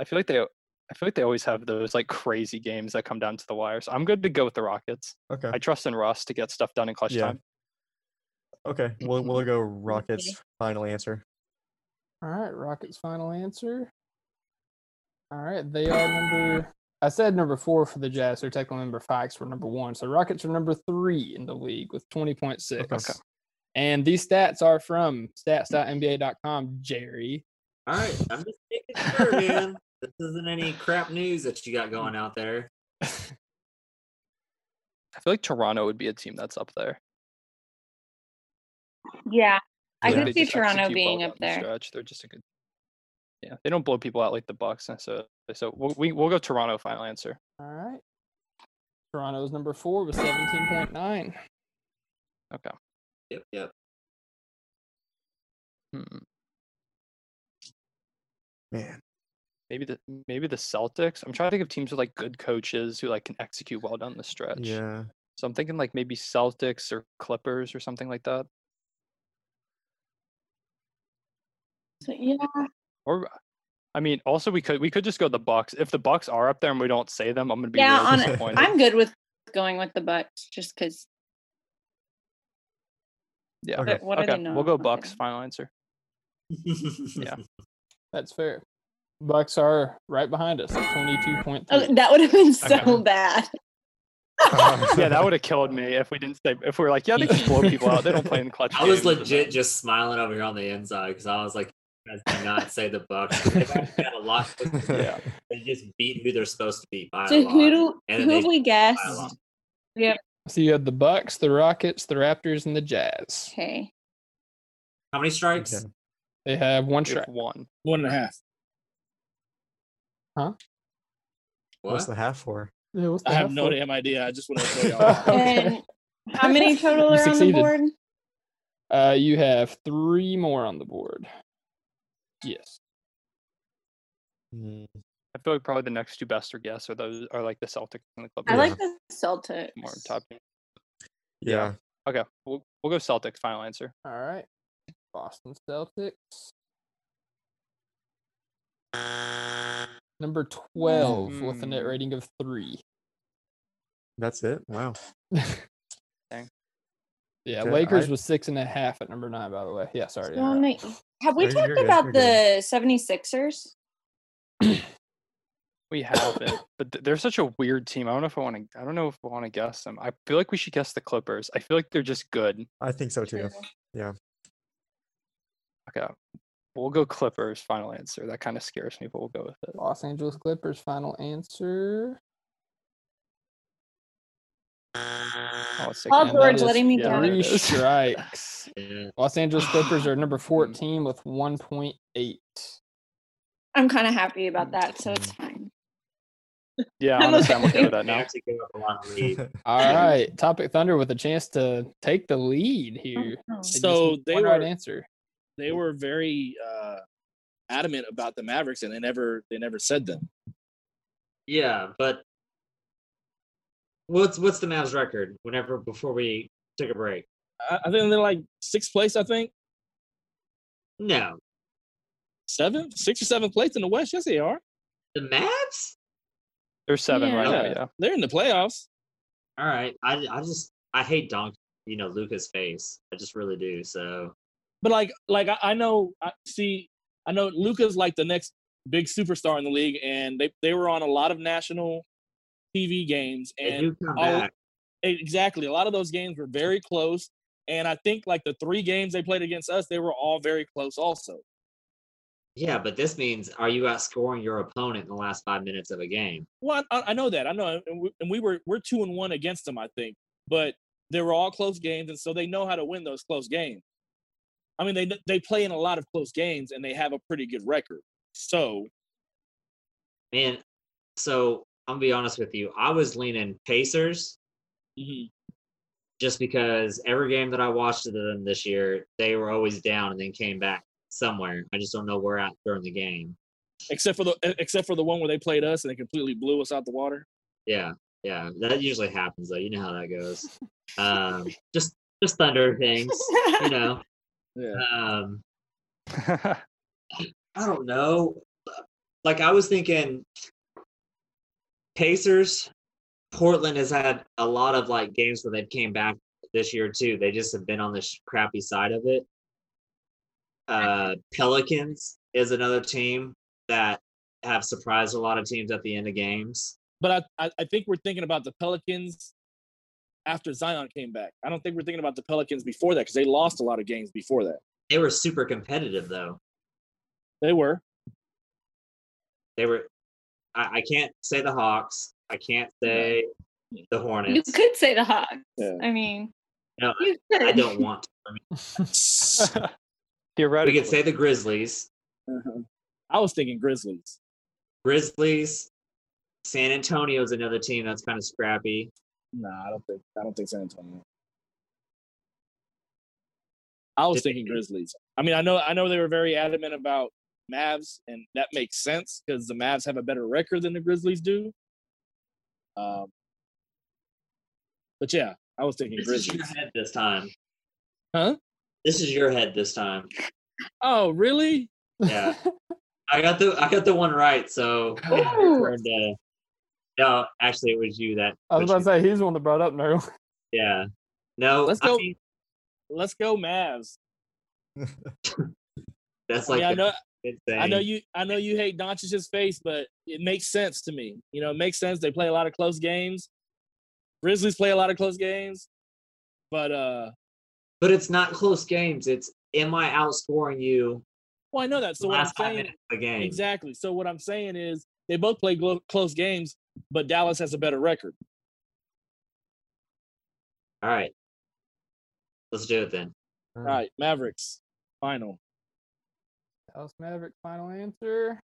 Speaker 8: I feel like they, I feel like they always have those like crazy games that come down to the wire. So I'm good to go with the Rockets.
Speaker 6: Okay.
Speaker 8: I trust in Russ to get stuff done in clutch
Speaker 6: Yeah.
Speaker 8: time.
Speaker 6: Okay. We'll we'll go Rockets final answer.
Speaker 2: All right, Rockets final answer. All right, they are number. I said number four for the Jazz. They're tackling number five. 'cause We're number one. So Rockets are number three in the league with twenty point six.
Speaker 6: Okay.
Speaker 2: And these stats are from stats.nba.com. Jerry,
Speaker 4: All right, I'm just making sure, man. This isn't any crap news that you got going out there.
Speaker 8: I feel like Toronto would be a team that's up there.
Speaker 5: Yeah. I
Speaker 8: feel like
Speaker 6: Yeah.
Speaker 5: could
Speaker 8: they
Speaker 5: see
Speaker 8: just execute
Speaker 5: Toronto
Speaker 8: well
Speaker 5: being
Speaker 8: down
Speaker 5: up
Speaker 8: the
Speaker 5: there.
Speaker 8: stretch. They're just a good. Yeah, they don't blow people out like the Bucks, and so so we'll, we we'll go Toronto final answer.
Speaker 2: All right. Toronto's number four with 17.9.
Speaker 8: Okay.
Speaker 4: Yep, yep.
Speaker 8: Hmm.
Speaker 6: Man.
Speaker 8: Maybe the maybe the Celtics. I'm trying to think of teams with like good coaches who like can execute well down the stretch.
Speaker 6: Yeah.
Speaker 8: So I'm thinking like maybe Celtics or Clippers or something like that.
Speaker 5: So, yeah.
Speaker 8: Or I mean, also we could we could just go the Bucks. If the Bucks are up there and we don't say them, I'm gonna be
Speaker 5: Yeah,
Speaker 8: really
Speaker 5: on it-
Speaker 8: disappointed.
Speaker 5: I'm good with going with the Bucks just because
Speaker 8: yeah.
Speaker 6: Okay.
Speaker 5: what are they
Speaker 8: Okay.
Speaker 5: known
Speaker 8: We'll go
Speaker 5: for?
Speaker 8: Bucks final answer.
Speaker 4: yeah.
Speaker 2: That's fair. Bucks are right behind us at 22.3.
Speaker 5: Oh, that would have been so
Speaker 8: Okay.
Speaker 5: bad.
Speaker 8: yeah, that would have killed me if we didn't say if we were like, yeah, they just blow people out. They don't play in clutch.
Speaker 4: I was
Speaker 8: games, but
Speaker 4: legit just smiling over here on the inside because I was like, you guys did not say the Bucks. They actually had a lot.
Speaker 8: Yeah.
Speaker 4: They just beat who they're supposed to beat by a
Speaker 5: So
Speaker 4: lot.
Speaker 5: who do
Speaker 4: And
Speaker 5: who
Speaker 4: they
Speaker 5: have we
Speaker 4: by a
Speaker 5: guessed?
Speaker 4: lot.
Speaker 2: So you have the Bucks, the Rockets, the Raptors, and the Jazz.
Speaker 5: Okay.
Speaker 4: How many strikes?
Speaker 6: Okay.
Speaker 2: They have one
Speaker 8: If
Speaker 2: strike.
Speaker 8: one.
Speaker 3: One and a half.
Speaker 6: What's
Speaker 4: What?
Speaker 6: the half for?
Speaker 2: Yeah, what's
Speaker 3: I
Speaker 2: the
Speaker 3: have
Speaker 2: half
Speaker 3: no
Speaker 2: for?
Speaker 3: damn idea. I just want to show y'all.
Speaker 2: okay.
Speaker 5: And how many total
Speaker 2: You
Speaker 5: are on the
Speaker 2: succeeded.
Speaker 5: board?
Speaker 2: Uh, you have three more on the board. Yes.
Speaker 6: Mm,
Speaker 8: I feel like probably the next two best are guess are those are like the Celtics and the
Speaker 5: I
Speaker 8: Clippers.
Speaker 6: Yeah.
Speaker 5: like the Celtics.
Speaker 8: more top team.
Speaker 6: Yeah.
Speaker 8: Okay, we'll, we'll go Celtics. Final answer.
Speaker 2: All right. Boston Celtics. Number 12 with a net
Speaker 6: Hmm.
Speaker 8: Mm.
Speaker 2: rating of three.
Speaker 6: That's it. Wow.
Speaker 2: Yeah,
Speaker 6: Okay,
Speaker 2: Lakers
Speaker 6: I-
Speaker 2: was six and a half at number nine, by the way. Yeah, sorry. to
Speaker 5: So
Speaker 2: interrupt.
Speaker 5: many- Have we
Speaker 6: No,
Speaker 5: talked
Speaker 6: you're good,
Speaker 5: about
Speaker 6: you're
Speaker 5: the
Speaker 6: good.
Speaker 5: 76ers?
Speaker 8: We haven't, but th- they're such a weird team. I don't know if I want to. I don't know if I want to guess them. I feel like we should guess the Clippers. I feel like they're just good.
Speaker 6: I think so too.
Speaker 5: True.
Speaker 6: Yeah.
Speaker 8: Okay, We'll go Clippers. Final answer. That kind of scares me, but we'll go with it.
Speaker 2: Los Angeles Clippers. Final answer.
Speaker 8: Oh, it's
Speaker 5: Paul
Speaker 2: And
Speaker 8: taken.
Speaker 2: that
Speaker 5: George
Speaker 2: is
Speaker 5: letting me down.
Speaker 2: Three
Speaker 8: it is.
Speaker 2: strikes.
Speaker 4: Yeah.
Speaker 2: Los Angeles Clippers are number 14 with 1.8.
Speaker 5: I'm kind of happy about that, so it's fine.
Speaker 8: Yeah,
Speaker 5: I'm
Speaker 8: honestly, I'm
Speaker 5: okay.
Speaker 8: okay with that
Speaker 4: They
Speaker 8: now.
Speaker 4: actually gave up a lot of lead.
Speaker 2: All right. Topic Thunder with a chance to take the lead here. They just
Speaker 3: So
Speaker 2: need
Speaker 3: they
Speaker 2: one right
Speaker 3: were-
Speaker 2: answer.
Speaker 3: They were very uh, adamant about the Mavericks, and they never they never said them.
Speaker 4: yeah, but what's what's the Mavs record? Whenever before we took a break.
Speaker 3: I, I think they're like sixth place. I think
Speaker 4: No,
Speaker 3: seventh, sixth or seventh place in the West. Yes, they are.
Speaker 4: the Mavs.
Speaker 8: There's seven right now.
Speaker 3: Yeah.
Speaker 8: Yeah.
Speaker 3: They're in the playoffs.
Speaker 4: All right, I I just I hate Donk. You know Luca's face. I just really do. So
Speaker 3: But like, like I, I know, I see, I know Luca's like the next big superstar in the league, and they they were on a lot of national TV games,
Speaker 4: they
Speaker 3: and
Speaker 4: do come
Speaker 3: I'll-
Speaker 4: back.
Speaker 3: exactly a lot of those games were very close. And I think like the three games they played against us, they were all very close, also.
Speaker 4: Yeah, but this means are you outscoring your opponent in the last five minutes of a game?
Speaker 3: Well, I, I know that. I know, and we, and we were we're two and one against them, I think. But they were all close games, and so they know how to win those close games. I mean, they they play in a lot of close games, and they have a pretty good record. So
Speaker 4: Man, so I'm gonna be honest with you. I was leaning Pacers Mm-hmm. just because every game that I watched of them this year, they were always down and then came back somewhere. I just don't know where at during the game.
Speaker 3: except for the e, except for the one where they played us and they completely blew us out the water.
Speaker 4: Yeah, yeah, that usually happens though. You know how that goes. um, just just thunder things, you know.
Speaker 3: Yeah.
Speaker 4: Um, I don't know. Like I was thinking Pacers, Portland has had a lot of like games where they've came back this year too. They just have been on this crappy side of it. Uh Pelicans is another team that have surprised a lot of teams at the end of games.
Speaker 3: But I, I I think we're thinking about the Pelicans after Zion came back. I don't think we're thinking about the Pelicans before that because they lost a lot of games before that.
Speaker 4: They were super competitive though.
Speaker 3: They were.
Speaker 4: They were I, I can't say the Hawks. I can't say
Speaker 5: you
Speaker 4: the Hornets.
Speaker 5: could say the Hawks.
Speaker 3: Yeah.
Speaker 5: I mean,
Speaker 4: No,
Speaker 5: you could.
Speaker 4: I don't want to. We
Speaker 3: Uh-huh.
Speaker 8: Theoretically,
Speaker 4: could say the Grizzlies.
Speaker 3: I was thinking Grizzlies.
Speaker 4: Grizzlies. San Antonio's another team that's kind of scrappy.
Speaker 3: No, I don't think I don't think San Antonio. I was thinking Grizzlies. I mean, I know I know they were very adamant about Mavs, and that makes sense because the Mavs have a better record than the Grizzlies do. Um, but yeah, I was thinking
Speaker 4: This is your
Speaker 3: Grizzlies.
Speaker 4: head this time.
Speaker 3: Huh?
Speaker 4: This is your head this time.
Speaker 3: Oh, really?
Speaker 4: Yeah. I got the I got the one right, so
Speaker 2: Oh.
Speaker 5: Ooh.
Speaker 4: and, uh, no, actually it was you that
Speaker 2: I was about to say, he's the one that brought up no.
Speaker 4: yeah. No,
Speaker 3: Let's
Speaker 4: I
Speaker 3: go-
Speaker 4: mean,
Speaker 3: Let's go Mavs. I,
Speaker 4: that's like
Speaker 3: mean, I
Speaker 4: the
Speaker 3: know
Speaker 4: fifth
Speaker 3: I know
Speaker 4: thing.
Speaker 3: you I know you hate Doncic's face, but it makes sense to me. You know, it makes sense. They play a lot of close games. Grizzlies play a lot of close games. But uh
Speaker 4: but it's not close games. It's am I outscoring you
Speaker 3: well I know that.
Speaker 4: the
Speaker 3: So what I'm
Speaker 4: last five
Speaker 3: saying
Speaker 4: minutes of a game?
Speaker 3: exactly. So what I'm saying is they both play glo- close games, but Dallas has a better record.
Speaker 4: All right. Let's do it then.
Speaker 3: All right, Mavericks final.
Speaker 2: Dallas Maverick. Final answer.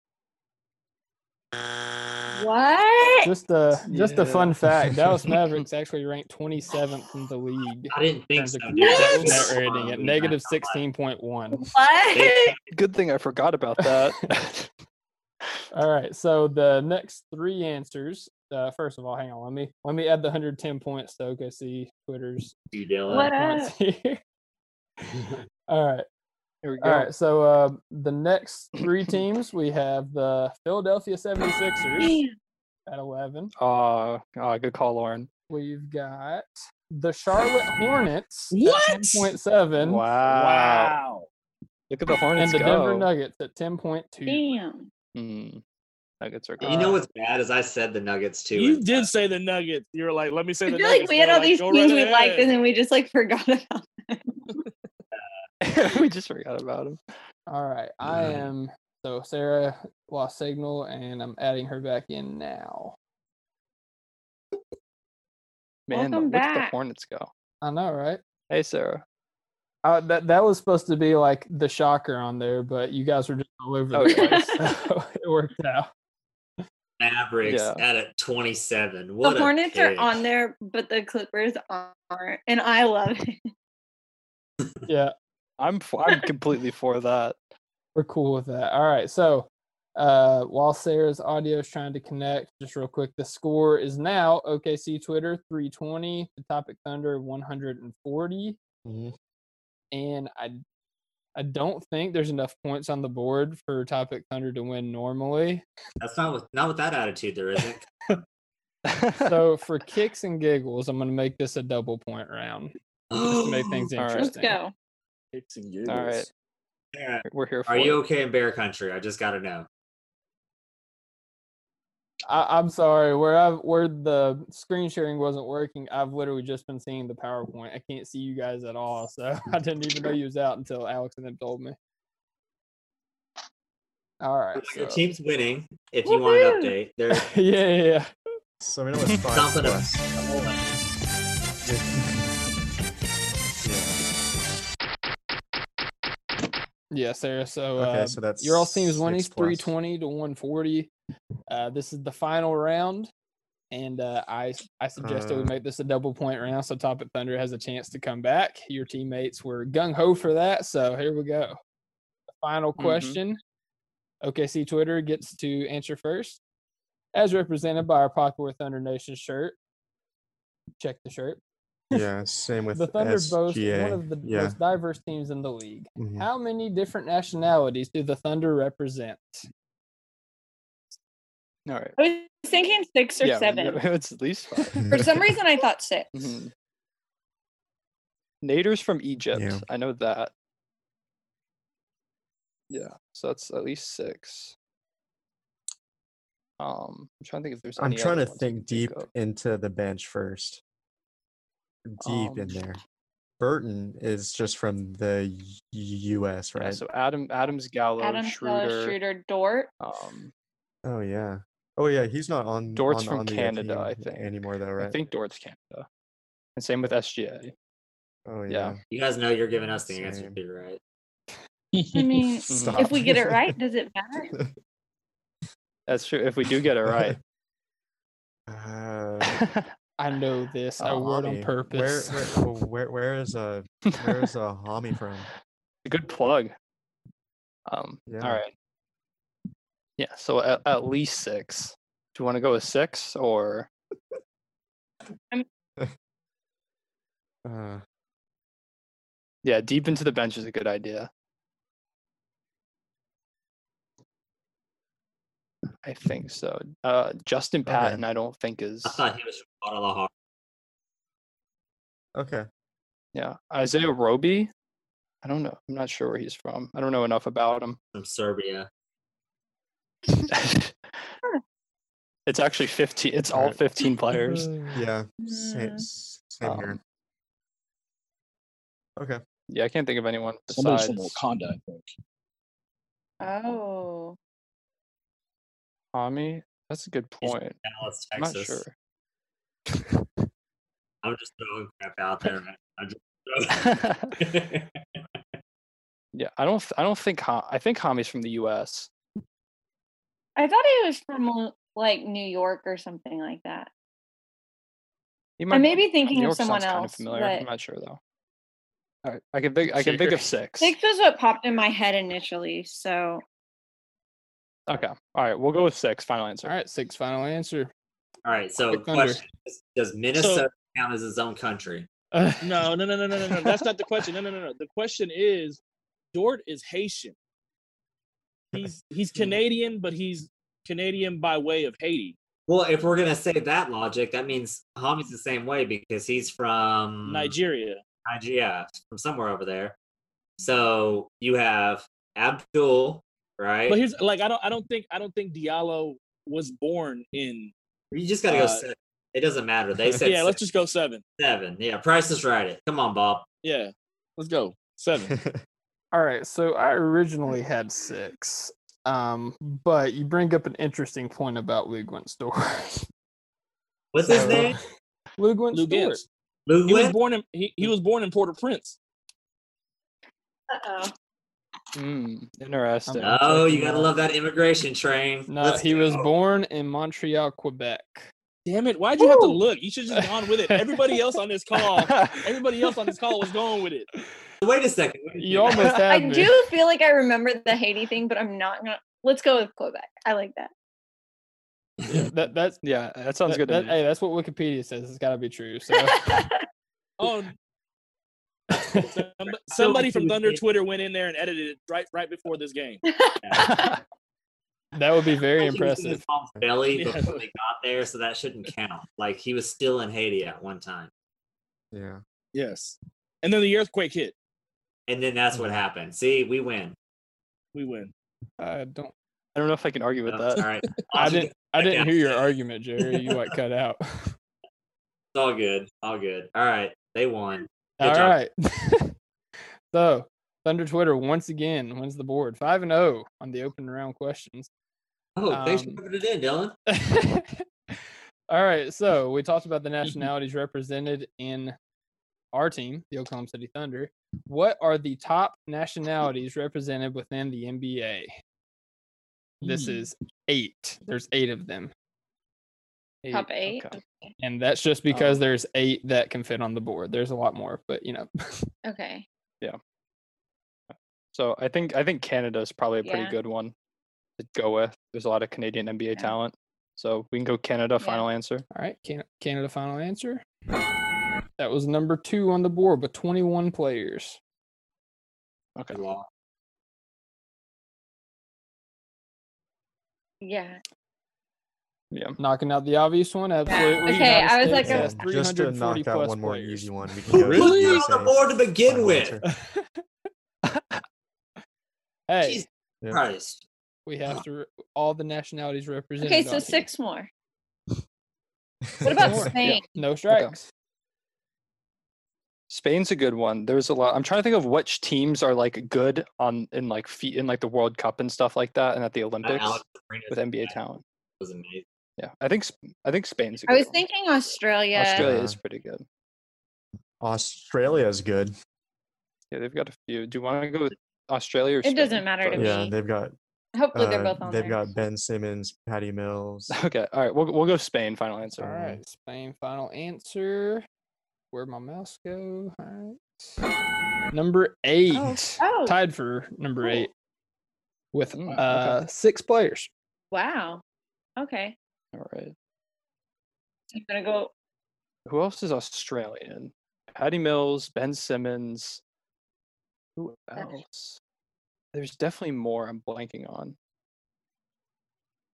Speaker 5: What?
Speaker 2: Just a just a fun
Speaker 6: Yeah.
Speaker 2: fact. Dallas Mavericks actually ranked 27th in the league.
Speaker 4: I didn't
Speaker 2: in
Speaker 4: think
Speaker 2: terms
Speaker 4: so.
Speaker 2: of
Speaker 4: dude. That
Speaker 5: What?
Speaker 4: was
Speaker 2: net rating at
Speaker 4: wrong.
Speaker 2: negative 16.1.
Speaker 5: What?
Speaker 8: good thing I forgot about that.
Speaker 2: All right. So the next three answers. Uh, first of all, hang on. Let me let me add the 110 points to OKC Twitter's
Speaker 4: You Dylan.
Speaker 5: What
Speaker 2: uh, points here. all right.
Speaker 8: Here we go.
Speaker 2: All right. So uh, the next three teams we have the Philadelphia 76ers
Speaker 5: Damn.
Speaker 2: at 11.
Speaker 8: Uh, uh, good call, Lauren.
Speaker 2: We've got the Charlotte Hornets
Speaker 3: What?
Speaker 2: at 10.7
Speaker 8: Uh, Look at the
Speaker 2: and
Speaker 8: Hornets
Speaker 2: the
Speaker 8: go.
Speaker 2: Denver Nuggets at 10.2.
Speaker 5: Damn.
Speaker 8: Hmm. Nuggets are
Speaker 4: And
Speaker 8: good.
Speaker 4: you know what's bad is I said the Nuggets too.
Speaker 3: You
Speaker 4: and-
Speaker 3: did say the Nuggets. You were like, let me say
Speaker 5: I
Speaker 3: the
Speaker 5: feel like
Speaker 3: Nuggets. and
Speaker 5: we had
Speaker 3: they're
Speaker 5: all
Speaker 3: like,
Speaker 5: these
Speaker 3: "Go
Speaker 5: teams
Speaker 3: right
Speaker 5: we liked
Speaker 3: ahead."
Speaker 5: and then we just like forgot about them.
Speaker 8: we just forgot about him.
Speaker 2: All right, I
Speaker 6: Yeah.
Speaker 2: am. So Sarah lost signal, and I'm adding her back in now.
Speaker 8: Man,
Speaker 5: Welcome
Speaker 8: where did the
Speaker 5: back.
Speaker 8: Hornets go?
Speaker 2: I know, right?
Speaker 8: Hey, Sarah.
Speaker 2: Uh, that that was supposed to be like the shocker on there, but you guys were just all over
Speaker 8: Oh,
Speaker 2: the
Speaker 8: yeah.
Speaker 2: place, so it worked out.
Speaker 4: Mavericks
Speaker 8: Yeah.
Speaker 4: at a 27. What
Speaker 5: the
Speaker 4: a
Speaker 5: Hornets are
Speaker 4: pick.
Speaker 5: on there, but the Clippers aren't, and I love it.
Speaker 2: Yeah,
Speaker 8: I'm f- I'm completely for that.
Speaker 2: we're cool with that. All right, so uh, while Sarah's audio is trying to connect, just real quick, the score is now OKC Twitter 320, the Topic Thunder 140.
Speaker 6: Mm-hmm.
Speaker 2: and I I don't think there's enough points on the board for Topic Thunder to win normally.
Speaker 4: That's not with not with that attitude there isn't.
Speaker 2: So for kicks and giggles, I'm gonna make this a double point round. Just to make things
Speaker 8: All right.
Speaker 5: Let's
Speaker 2: interesting.
Speaker 5: go.
Speaker 3: Kicks and
Speaker 8: All right.
Speaker 3: giggles.
Speaker 4: Sarah,
Speaker 8: We're here for
Speaker 4: Are you
Speaker 8: it.
Speaker 4: okay in bear country? I just gotta know.
Speaker 2: I, I'm sorry, where I where the screen sharing wasn't working, I've literally just been seeing the PowerPoint. I can't see you guys at all, so I didn't even know you was out until Alex and them told me. All right.
Speaker 4: Your
Speaker 2: so-
Speaker 4: team's winning. If you want an
Speaker 5: Woohoo!
Speaker 4: update, there's
Speaker 2: yeah, yeah, yeah.
Speaker 6: So we know it's five
Speaker 4: something to
Speaker 6: plus.
Speaker 2: Yeah, Sarah. So,
Speaker 6: Okay,
Speaker 8: Um,
Speaker 2: uh,
Speaker 6: so that's
Speaker 2: your all teams winning
Speaker 6: six plus.
Speaker 2: 320 to 140. Uh, this is the final round, and uh, I I suggested we
Speaker 6: Uh.
Speaker 2: make this a double point round so Topic Thunder has a chance to come back. Your teammates were gung ho for that, so here we go. Final
Speaker 6: Mm-hmm.
Speaker 8: Mhm.
Speaker 2: question. OKC Twitter gets to answer first, as represented by our popular Thunder Nation shirt. Check the shirt.
Speaker 6: Yeah, same with
Speaker 2: The Thunder boast
Speaker 6: SGA.
Speaker 2: one of the
Speaker 6: yeah.
Speaker 2: most diverse teams in the league.
Speaker 8: Mm.
Speaker 6: mhm.
Speaker 2: How many different nationalities do the Thunder represent?
Speaker 8: All right.
Speaker 5: I was thinking six or
Speaker 8: yeah,
Speaker 5: seven.
Speaker 8: It's at least five.
Speaker 5: For some reason, I thought 6
Speaker 8: Mhm. Nader's from Egypt. I know that. Yeah, so that's at least six. Um, I'm trying to think if there's.
Speaker 6: I'm
Speaker 8: any
Speaker 6: trying
Speaker 8: other
Speaker 6: to
Speaker 8: ones I can
Speaker 6: think deep
Speaker 8: of.
Speaker 6: into the bench first. Deep in
Speaker 8: Um,
Speaker 6: there. Burton is just from the U- U.S.,
Speaker 8: Yeah,
Speaker 6: right?
Speaker 8: so Adam, Adams, Gallo,
Speaker 5: Adam
Speaker 8: Schroeder,
Speaker 5: Schroeder, Schroeder, Dort.
Speaker 8: Um,
Speaker 6: oh yeah. Oh yeah, he's not on.
Speaker 8: Dort's
Speaker 6: on,
Speaker 8: from
Speaker 6: on the uh,
Speaker 8: Canada, I
Speaker 6: team
Speaker 8: think.
Speaker 6: anymore though, right?
Speaker 8: I think Dort's Canada, and same with SGA.
Speaker 6: oh
Speaker 8: yeah. Mm-hmm.
Speaker 6: yeah.
Speaker 4: you guys know you're giving us the answer
Speaker 6: Same.
Speaker 4: too, right?
Speaker 5: I mean,
Speaker 8: Mhm.
Speaker 5: if we get it right, does it matter?
Speaker 8: That's true. If we do get it right,
Speaker 6: Uh,
Speaker 2: I know this. I
Speaker 8: Um,
Speaker 6: uh,
Speaker 2: word on
Speaker 6: Hami,
Speaker 2: purpose.
Speaker 6: Where where, well, where where is uh where is uh Hami from?
Speaker 8: good plug. Um,
Speaker 6: Yeah.
Speaker 8: all right. Yeah, so at, at least six. Do you want to go with six or
Speaker 6: Uh,
Speaker 8: yeah, deep into the bench is a good idea. I think so. Uh, Justin
Speaker 6: Okay.
Speaker 8: Patton, I don't think is
Speaker 4: I thought he was from Guadalajara.
Speaker 6: okay.
Speaker 8: yeah Isaiah Roby. I don't know. I'm not sure where he's from. I don't know enough about him.
Speaker 4: From Serbia.
Speaker 8: it's actually 15. It's all
Speaker 6: Alright.
Speaker 8: 15 players.
Speaker 6: Yeah. Same,
Speaker 5: Mm,
Speaker 6: s- same here.
Speaker 8: Um,
Speaker 6: Okay.
Speaker 8: Yeah, I can't think of anyone
Speaker 3: Somebody's from
Speaker 8: besides
Speaker 3: Wakanda, I think.
Speaker 5: Oh,
Speaker 8: Tommy. That's a good point.
Speaker 4: Dallas,
Speaker 8: I'm not
Speaker 4: Texas.
Speaker 8: sure.
Speaker 4: I'm just throwing crap out there. man. I'm just throwing...
Speaker 8: yeah, I don't. th- I don't think. Ha- I think Hami's from the U.S.
Speaker 5: I thought he was from l- like New York or something like that.
Speaker 8: He
Speaker 5: I may be
Speaker 8: New
Speaker 5: thinking
Speaker 8: York
Speaker 5: of someone
Speaker 8: sounds
Speaker 5: else.
Speaker 8: Kind of familiar. I'm
Speaker 5: but
Speaker 8: not sure though. All right, I can think. I can think of six.
Speaker 5: six was what popped in my head initially. So
Speaker 8: Okay. All right, we'll go with six. Final answer.
Speaker 2: All right, six final answer.
Speaker 4: All right, so
Speaker 2: Topic Thunder.
Speaker 4: question is, does Minnesota count as its own country?
Speaker 3: No, no, no, no, no, no, no. That's not the question. No, no, no, no. The question is, Dort is Haitian. He's he's Canadian, but he's Canadian by way of Haiti,
Speaker 4: Well, if we're gonna say that logic, that means Hami's the same way because he's from
Speaker 3: Nigeria.
Speaker 4: Nigeria, from somewhere over there. So you have Abdul, right?
Speaker 3: But here's like I don't I don't think I don't think Diallo was born in.
Speaker 4: you just gotta go.
Speaker 3: uh,
Speaker 4: seven. It doesn't matter. They said
Speaker 3: Yeah, let's just go seven.
Speaker 4: seven. Yeah, Price is right. It. Come on, Bob.
Speaker 3: Yeah, let's go seven.
Speaker 2: All right, so I originally had six, um, but you bring up an interesting point about Lou Gwent Stewart.
Speaker 4: What's his
Speaker 2: So-
Speaker 4: name?
Speaker 2: Lou Gwent
Speaker 3: Lou
Speaker 2: Stewart.
Speaker 3: Gibbs.
Speaker 4: Lou
Speaker 3: He was
Speaker 4: Gwyn?
Speaker 3: born in he, he was born in Port-au-Prince.
Speaker 5: Uh-oh.
Speaker 8: Mm, interesting.
Speaker 2: Uh,
Speaker 4: Oh, you gotta love that immigration train.
Speaker 2: No,
Speaker 4: Let's
Speaker 2: he was
Speaker 4: go.
Speaker 2: born in Montreal, Quebec.
Speaker 3: Damn it! Why'd you have to look? You should have just gone with it. Everybody else on this call, everybody else on this call was going with it.
Speaker 4: Wait a second. wait a
Speaker 2: You
Speaker 4: second.
Speaker 2: almost
Speaker 5: I
Speaker 2: had me.
Speaker 5: do feel like I remember the Haiti thing, but I'm not gonna. Let's go with Quebec. I like that.
Speaker 2: That that's
Speaker 8: yeah, that sounds
Speaker 2: that-
Speaker 8: good. to
Speaker 2: that-
Speaker 8: me.
Speaker 2: hey, that's what Wikipedia says. It's got to be true. So
Speaker 3: Oh, some- somebody from Thunder Twitter went in there and edited it right right before this game.
Speaker 2: that would be very
Speaker 4: He was in his
Speaker 2: impressive.
Speaker 4: mom's Belly
Speaker 3: Yeah.
Speaker 4: before they got there, so that shouldn't count. Like he was still in Haiti at one time,
Speaker 6: Yeah.
Speaker 3: Yes. And then the earthquake hit.
Speaker 4: and then that's what happened. See, we win.
Speaker 3: We win.
Speaker 2: I don't.
Speaker 8: I don't know if I can argue with
Speaker 4: So,
Speaker 8: that.
Speaker 4: all right,
Speaker 2: I
Speaker 4: Awesome.
Speaker 2: didn't. I
Speaker 4: Back
Speaker 2: didn't
Speaker 4: out.
Speaker 2: hear your argument, Jerry. You like cut out.
Speaker 4: It's all good. All good. All right, they won. Good
Speaker 2: All
Speaker 4: job.
Speaker 2: right. so Thunder Twitter once again wins the board five and zero on the open round questions.
Speaker 4: Oh, thanks for
Speaker 2: Um,
Speaker 4: putting it in, Dylan.
Speaker 2: All right, so we talked about the
Speaker 6: Mm-hmm.
Speaker 2: nationalities represented in our team, the Oklahoma City Thunder. What are the top nationalities represented within the NBA? This
Speaker 3: Hmm.
Speaker 2: is eight. There's eight of them,
Speaker 5: Top eight.
Speaker 8: Okay.
Speaker 2: and that's just
Speaker 6: Oh.
Speaker 2: because there's eight that can fit on the board. There's a lot more, but you know,
Speaker 5: Okay.
Speaker 8: So I think I think Canada is probably a pretty
Speaker 5: Yeah.
Speaker 8: good one to go with. There's a lot of Canadian NBA
Speaker 5: Yeah.
Speaker 8: talent, so we can go Canada.
Speaker 5: Yeah.
Speaker 8: Final answer.
Speaker 2: all right. Can- Canada final answer. That was number two on the board with 21 players.
Speaker 8: Okay.
Speaker 4: We lost.
Speaker 5: Yeah.
Speaker 8: Yeah.
Speaker 2: Knocking out the obvious one, absolutely.
Speaker 5: Okay,
Speaker 2: United
Speaker 5: I was like, uh,
Speaker 2: States
Speaker 5: Yeah,
Speaker 2: has
Speaker 6: And just to
Speaker 2: 340
Speaker 6: knock out
Speaker 2: plus
Speaker 6: one more
Speaker 2: players.
Speaker 6: easy one, we
Speaker 4: Who
Speaker 6: can
Speaker 4: put
Speaker 6: go.
Speaker 4: you on the
Speaker 6: USA.
Speaker 4: board to begin
Speaker 6: Final
Speaker 4: with?
Speaker 6: answer.
Speaker 2: Hey,
Speaker 4: Jesus
Speaker 6: Yeah.
Speaker 4: Christ.
Speaker 2: we have to re- all the nationalities represented.
Speaker 5: Okay, so
Speaker 2: on here.
Speaker 5: six more. What about
Speaker 2: Six more.
Speaker 5: Spain?
Speaker 2: No strikes.
Speaker 8: Spain's a good one. There's a lot. I'm trying to think of which teams are like good on in like feet in like the World Cup and stuff like that, and at the
Speaker 4: That
Speaker 8: Olympics
Speaker 4: Alex Arenas
Speaker 8: with NBA talent.
Speaker 4: was amazing.
Speaker 8: Yeah, I think Sp- I think Spain's. A good
Speaker 5: I was
Speaker 8: one.
Speaker 5: thinking Australia.
Speaker 8: Australia is
Speaker 6: Yeah.
Speaker 8: pretty good.
Speaker 6: Australia's good.
Speaker 8: Yeah, they've got a few. Do you want to go with Australia? Or
Speaker 5: It doesn't
Speaker 8: Spain
Speaker 5: matter to
Speaker 8: first?
Speaker 6: Yeah,
Speaker 5: me.
Speaker 6: they've got
Speaker 5: Hopefully they're
Speaker 6: uh,
Speaker 5: both on
Speaker 6: they've
Speaker 5: there.
Speaker 6: got Ben Simmons, Patty Mills.
Speaker 8: Okay, all right. We'll we'll go Spain. Final answer.
Speaker 2: All
Speaker 6: Mhm.
Speaker 2: right, Spain final answer. Where'd my mouse go? All right. Number eight.
Speaker 5: oh,
Speaker 2: Tied for number
Speaker 5: cool.
Speaker 2: eight with
Speaker 8: Mm, okay.
Speaker 2: uh, six players.
Speaker 5: wow. Okay.
Speaker 8: All right.
Speaker 5: I'm gonna go.
Speaker 8: Who else is Australian? Patty Mills, Ben Simmons. Who
Speaker 5: That's-
Speaker 8: else? There's definitely more I'm blanking on.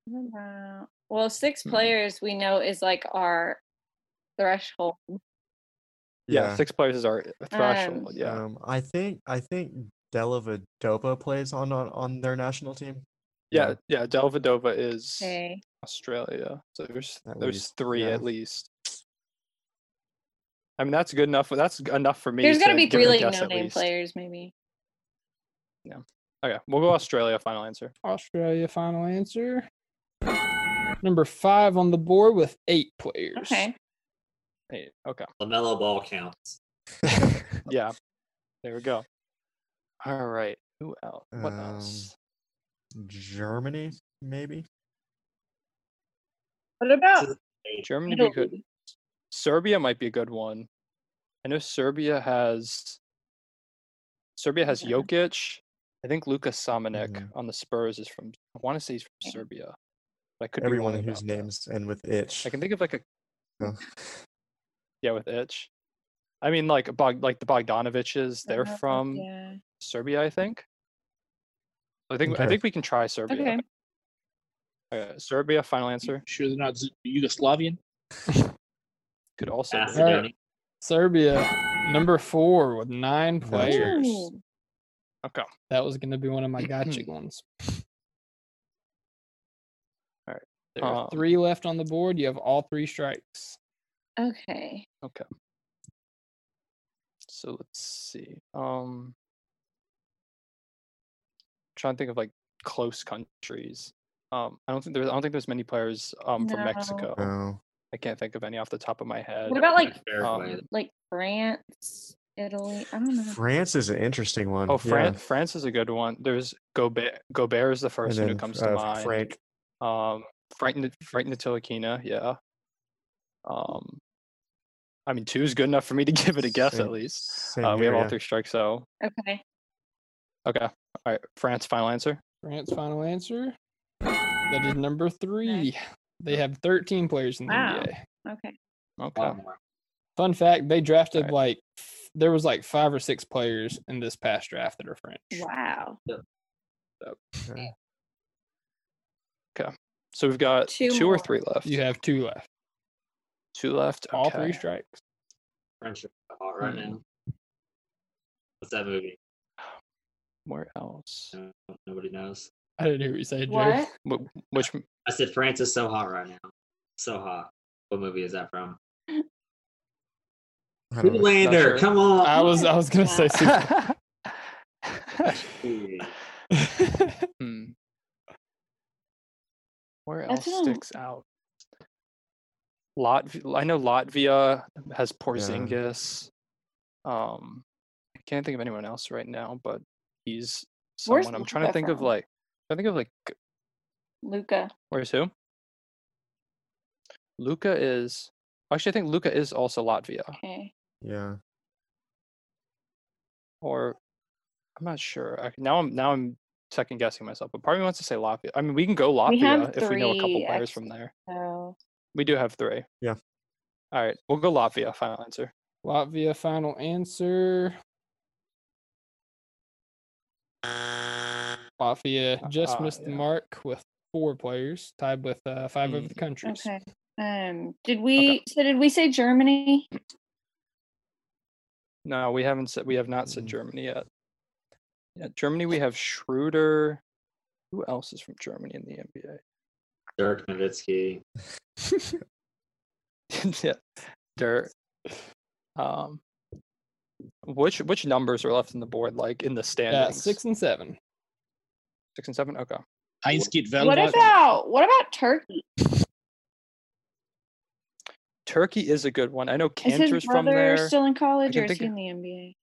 Speaker 5: what about- Well, six
Speaker 8: Hmm.
Speaker 5: players we know is like our threshold.
Speaker 8: Yeah, six players is our threshold. yeah.
Speaker 6: Um, I think I think Delavadova plays on, on on their national team.
Speaker 8: Yeah, yeah. Delvedova is
Speaker 5: Okay.
Speaker 8: Australia. So there's
Speaker 6: At
Speaker 8: there's
Speaker 6: least,
Speaker 8: three
Speaker 6: yeah.
Speaker 8: at least. I mean that's good enough. That's g- enough for me.
Speaker 5: There's
Speaker 8: got
Speaker 5: gotta
Speaker 8: to
Speaker 5: be
Speaker 8: give it a
Speaker 5: really
Speaker 8: guess
Speaker 5: no
Speaker 8: at
Speaker 5: name
Speaker 8: least.
Speaker 5: players, maybe.
Speaker 8: Okay, we'll go Australia. Final answer.
Speaker 2: Australia final answer. Number five on the board with eight players.
Speaker 5: Okay.
Speaker 8: Hey, okay.
Speaker 4: LaMelo ball counts.
Speaker 8: Yeah. There we go. All right. Who else? What
Speaker 6: Um,
Speaker 8: else?
Speaker 6: Germany, maybe.
Speaker 5: What about
Speaker 8: Germany would be good.
Speaker 5: Italy?
Speaker 8: Serbia might be a good one. I know Serbia has Serbia has
Speaker 5: Yeah.
Speaker 8: Jokic. I think Lucas Samanek
Speaker 6: Mhm.
Speaker 8: on the Spurs is from I want to say he's from
Speaker 5: Okay.
Speaker 8: Serbia. But I could
Speaker 6: Everyone
Speaker 8: be wrong
Speaker 6: whose
Speaker 8: about that.
Speaker 6: names end with itch.
Speaker 8: I can think of like a
Speaker 6: so.
Speaker 8: yeah with itch. I mean like Bog, like the Bogdanoviches, they're
Speaker 5: Uh,
Speaker 8: from
Speaker 5: Yeah.
Speaker 8: Serbia, I think. I think I
Speaker 6: Okay.
Speaker 8: think we can try Serbia.
Speaker 5: Okay.
Speaker 8: Okay, Serbia final answer
Speaker 3: Sure they're not Z- Yugoslavian?
Speaker 8: could also be-
Speaker 4: Macedonia.
Speaker 2: Serbia, number four with nine
Speaker 6: Gotcha.
Speaker 2: players.
Speaker 5: Ooh,
Speaker 8: Okay.
Speaker 2: That was going to be one of my
Speaker 5: Hmm.
Speaker 2: gotcha ones. All
Speaker 8: right,
Speaker 2: There are
Speaker 5: Oh.
Speaker 8: um,
Speaker 2: three left on the board. You have all three strikes.
Speaker 5: Okay.
Speaker 8: So let's see. Um trying to think of like close countries. Um, I don't think there's I don't think there's many players um from
Speaker 5: No.
Speaker 8: Mexico.
Speaker 6: No.
Speaker 8: I can't think of any off the top of my head.
Speaker 5: What about like
Speaker 8: Um,
Speaker 5: like France, Italy? I don't know.
Speaker 6: France is an interesting one.
Speaker 8: oh, France. France is a good one. There's Gobert. Gobert is the
Speaker 6: Yeah. And
Speaker 8: first one who
Speaker 6: then
Speaker 8: comes to
Speaker 6: uh,
Speaker 8: mind.
Speaker 6: Frank.
Speaker 8: Um, Frank N- Frank Ntilikina, yeah. Um, I mean, two is good enough for me to give it a guess
Speaker 6: Same-
Speaker 8: at least.
Speaker 6: same
Speaker 8: Uh, we
Speaker 6: here,
Speaker 8: have all
Speaker 6: yeah.
Speaker 8: three strikes, so
Speaker 5: Okay.
Speaker 8: okay. All right, France, final answer.
Speaker 2: France final answer. That is number three. They have 13 players in the
Speaker 5: Wow.
Speaker 2: NBA.
Speaker 5: Okay.
Speaker 8: Okay,
Speaker 2: Fun fact: They drafted
Speaker 8: Alright.
Speaker 2: like f- there was like five or six players in this past draft that are French.
Speaker 5: Wow.
Speaker 8: so we've got
Speaker 5: Two
Speaker 8: two, or
Speaker 5: more.
Speaker 8: three left.
Speaker 2: You have two left.
Speaker 8: two left.
Speaker 2: All three
Speaker 8: okay.
Speaker 2: strikes.
Speaker 4: French are hot right
Speaker 8: Hmm.
Speaker 4: now. What's that movie?
Speaker 8: Where else?
Speaker 4: No, nobody knows.
Speaker 2: I didn't hear what you said, Jerry.
Speaker 5: What?
Speaker 8: Wh- Which m-
Speaker 4: I said France is so hot right now. So hot. What movie is that from?
Speaker 6: I don't know.
Speaker 4: Zoolander.
Speaker 8: sure.
Speaker 4: Come on.
Speaker 2: I was I was gonna say super.
Speaker 4: Dude,
Speaker 8: hmm. Where else
Speaker 5: That's what I'm-
Speaker 8: sticks out? Latvia. I know Latvia has Porzingis. Um, I can't think of anyone else right now, but he's
Speaker 5: Where's
Speaker 8: someone. I'm trying to
Speaker 5: Luka
Speaker 8: think of
Speaker 5: from?
Speaker 8: like. I think of like.
Speaker 5: Luca.
Speaker 8: Where's who? Luca is. Actually, I think Luca is also Latvia,
Speaker 5: Okay.
Speaker 6: Yeah.
Speaker 8: or I'm not sure. I, now I'm now I'm second guessing myself, but part of me wants to say Latvia. I mean, we can go
Speaker 5: We have
Speaker 8: Latvia if we know a couple
Speaker 5: three
Speaker 8: players from there.
Speaker 5: So
Speaker 8: We do have three.
Speaker 6: Yeah.
Speaker 8: All right. We'll go Latvia. Final answer.
Speaker 2: Latvia final answer. Latvia just
Speaker 8: Ah,
Speaker 2: missed the
Speaker 8: yeah.
Speaker 2: mark with four players, tied with uh, five
Speaker 8: Hmm.
Speaker 2: of the countries.
Speaker 5: okay. Um. Did we? So did we say Germany?
Speaker 8: No, we haven't said. We have not said
Speaker 6: Mm.
Speaker 8: Germany yet. Yeah, Germany. We have Schroeder. Who else is from Germany in the
Speaker 4: Dirk Nowitzki.
Speaker 8: NBA? yeah, Dirt. Um, which which numbers are left in the board? Like in the
Speaker 2: Yeah,
Speaker 8: standings?
Speaker 2: six and seven.
Speaker 8: six and seven. Okay.
Speaker 3: Heinz get
Speaker 5: what about what about Turkey?
Speaker 8: Turkey is a good one. I know
Speaker 5: Is his
Speaker 8: Cantor's from
Speaker 5: brother
Speaker 8: there.
Speaker 5: still in college
Speaker 8: can
Speaker 5: or is
Speaker 8: think
Speaker 5: he
Speaker 8: of-
Speaker 5: in the NBA?